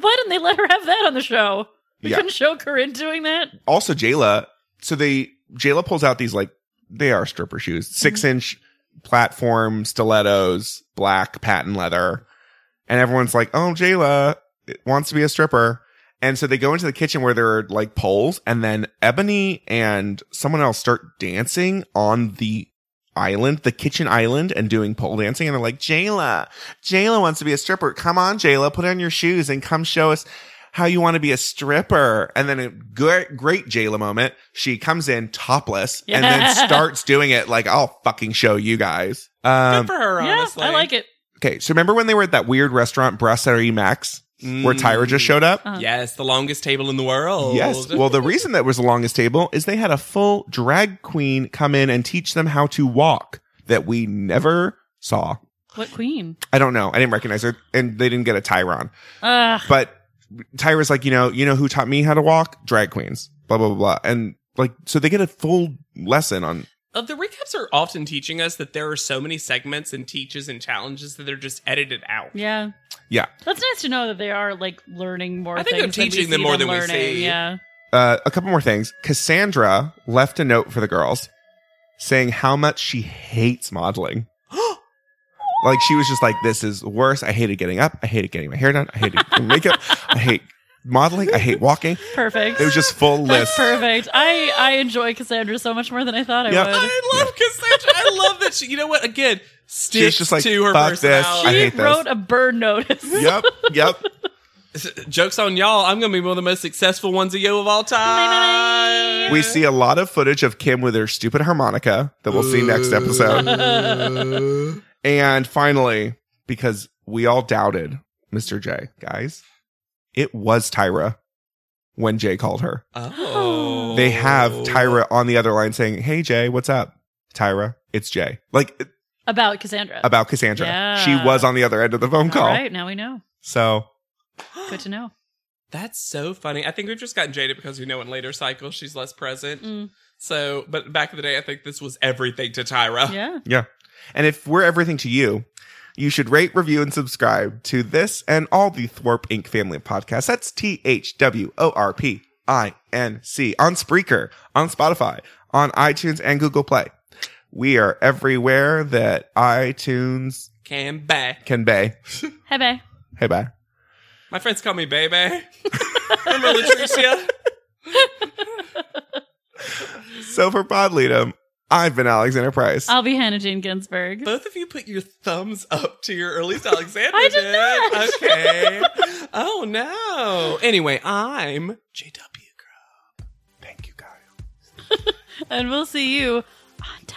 [SPEAKER 2] Why didn't they let her have that on the show? We
[SPEAKER 1] Yeah.
[SPEAKER 2] couldn't show Corinne doing that.
[SPEAKER 1] also Jayla, so they Jayla pulls out these like they are stripper shoes,
[SPEAKER 2] Mm-hmm.
[SPEAKER 1] six inch platform stilettos, black patent leather, and everyone's like, "Oh, Jayla wants to be a stripper." And so they go into the kitchen where there are like poles, and then Ebony and someone else start dancing on the island, the kitchen island, and doing pole dancing. And they're like, Jayla, Jayla wants to be a stripper. Come on, Jayla, put on your shoes and come show us how you want to be a stripper. And then a great, great Jayla moment. She comes in topless and then
[SPEAKER 2] Yeah.
[SPEAKER 1] starts doing it like, I'll fucking show you guys.
[SPEAKER 3] good
[SPEAKER 1] Um,
[SPEAKER 3] for her.
[SPEAKER 2] yeah,
[SPEAKER 3] honestly,
[SPEAKER 2] I like it.
[SPEAKER 1] okay. So remember when they were at that weird restaurant, Brasserie Max,
[SPEAKER 3] Hmm.
[SPEAKER 1] where Tyra just showed up?
[SPEAKER 2] Uh-huh.
[SPEAKER 3] Mm. Yes, the longest table in the world.
[SPEAKER 1] Yes. Well, the reason that was the longest table is they had a full drag queen come in and teach them how to walk that we never saw.
[SPEAKER 2] What queen?
[SPEAKER 1] I don't know. I didn't recognize her, and they didn't get a Tyron.
[SPEAKER 2] Ugh.
[SPEAKER 1] But Tyra's like, you know, you know who taught me how to walk? Drag queens. Blah blah blah. blah. And like, so they get a full lesson on.
[SPEAKER 3] Uh, the recaps are often teaching us that there are so many segments and teaches and challenges that they're just edited out.
[SPEAKER 2] Yeah.
[SPEAKER 1] Yeah.
[SPEAKER 2] That's nice to know that they are like learning more.
[SPEAKER 3] I think
[SPEAKER 2] things
[SPEAKER 3] they're
[SPEAKER 2] than we
[SPEAKER 3] teaching them
[SPEAKER 2] see
[SPEAKER 3] more than we
[SPEAKER 2] learning.
[SPEAKER 3] see.
[SPEAKER 2] Yeah.
[SPEAKER 1] Uh, a couple more things. Cassandra left a note for the girls saying how much she hates modeling. like she was just like, this is worse. I hated getting up. I hated getting my hair done. I hated doing makeup. I hate modeling. I hate walking.
[SPEAKER 2] Perfect.
[SPEAKER 1] It was just full
[SPEAKER 2] That's
[SPEAKER 1] list.
[SPEAKER 2] perfect. I I enjoy Cassandra so much more than I thought I
[SPEAKER 1] Yeah.
[SPEAKER 2] would.
[SPEAKER 3] I love Cassandra. I love that she. You know what? Again,
[SPEAKER 1] was
[SPEAKER 3] sticks
[SPEAKER 1] just like,
[SPEAKER 3] to her
[SPEAKER 1] "Fuck this."
[SPEAKER 3] personality.
[SPEAKER 1] I
[SPEAKER 2] She
[SPEAKER 1] hate this.
[SPEAKER 2] wrote a bird notice.
[SPEAKER 1] Yep. Yep.
[SPEAKER 3] Jokes on y'all. I'm gonna be one of the most successful ones of you of all time.
[SPEAKER 1] We see a lot of footage of Kim with her stupid harmonica that we'll see next episode. and finally, because we all doubted Mr. J, guys, it was Tyra when Jay called her.
[SPEAKER 3] Oh.
[SPEAKER 1] They have Tyra on the other line saying, Hey, Jay, what's up? Tyra, it's Jay. Like
[SPEAKER 2] About Cassandra.
[SPEAKER 1] about Cassandra.
[SPEAKER 2] Yeah.
[SPEAKER 1] She was on the other end of the phone
[SPEAKER 2] All
[SPEAKER 1] call.
[SPEAKER 2] right, now we know.
[SPEAKER 1] So,
[SPEAKER 2] Good to know.
[SPEAKER 3] That's so funny. I think we've just gotten jaded because we know in later cycles she's less present.
[SPEAKER 2] Mm.
[SPEAKER 3] So, but back in the day, I think this was everything to Tyra.
[SPEAKER 2] Yeah.
[SPEAKER 1] yeah. And if we're everything to you, you should rate, review, and subscribe to this and all the Thwarp Inc. family of podcasts. That's T H W O R P I N C on Spreaker, on Spotify, on iTunes, and Google Play. We are everywhere that iTunes
[SPEAKER 3] Came back.
[SPEAKER 1] can bay.
[SPEAKER 2] Hey, bae.
[SPEAKER 1] Hey, bye.
[SPEAKER 3] My friends call me baby. Remember Latricia?
[SPEAKER 1] So for Podleadum, I've been Alexander Price.
[SPEAKER 2] I'll be Hannah Jane Ginsburg.
[SPEAKER 3] Both of you put your thumbs up to your, or at least Alexander
[SPEAKER 2] I did not.
[SPEAKER 3] Okay. oh no. Anyway, I'm JW Girl.
[SPEAKER 1] Thank you, guys.
[SPEAKER 2] And we'll see you on top.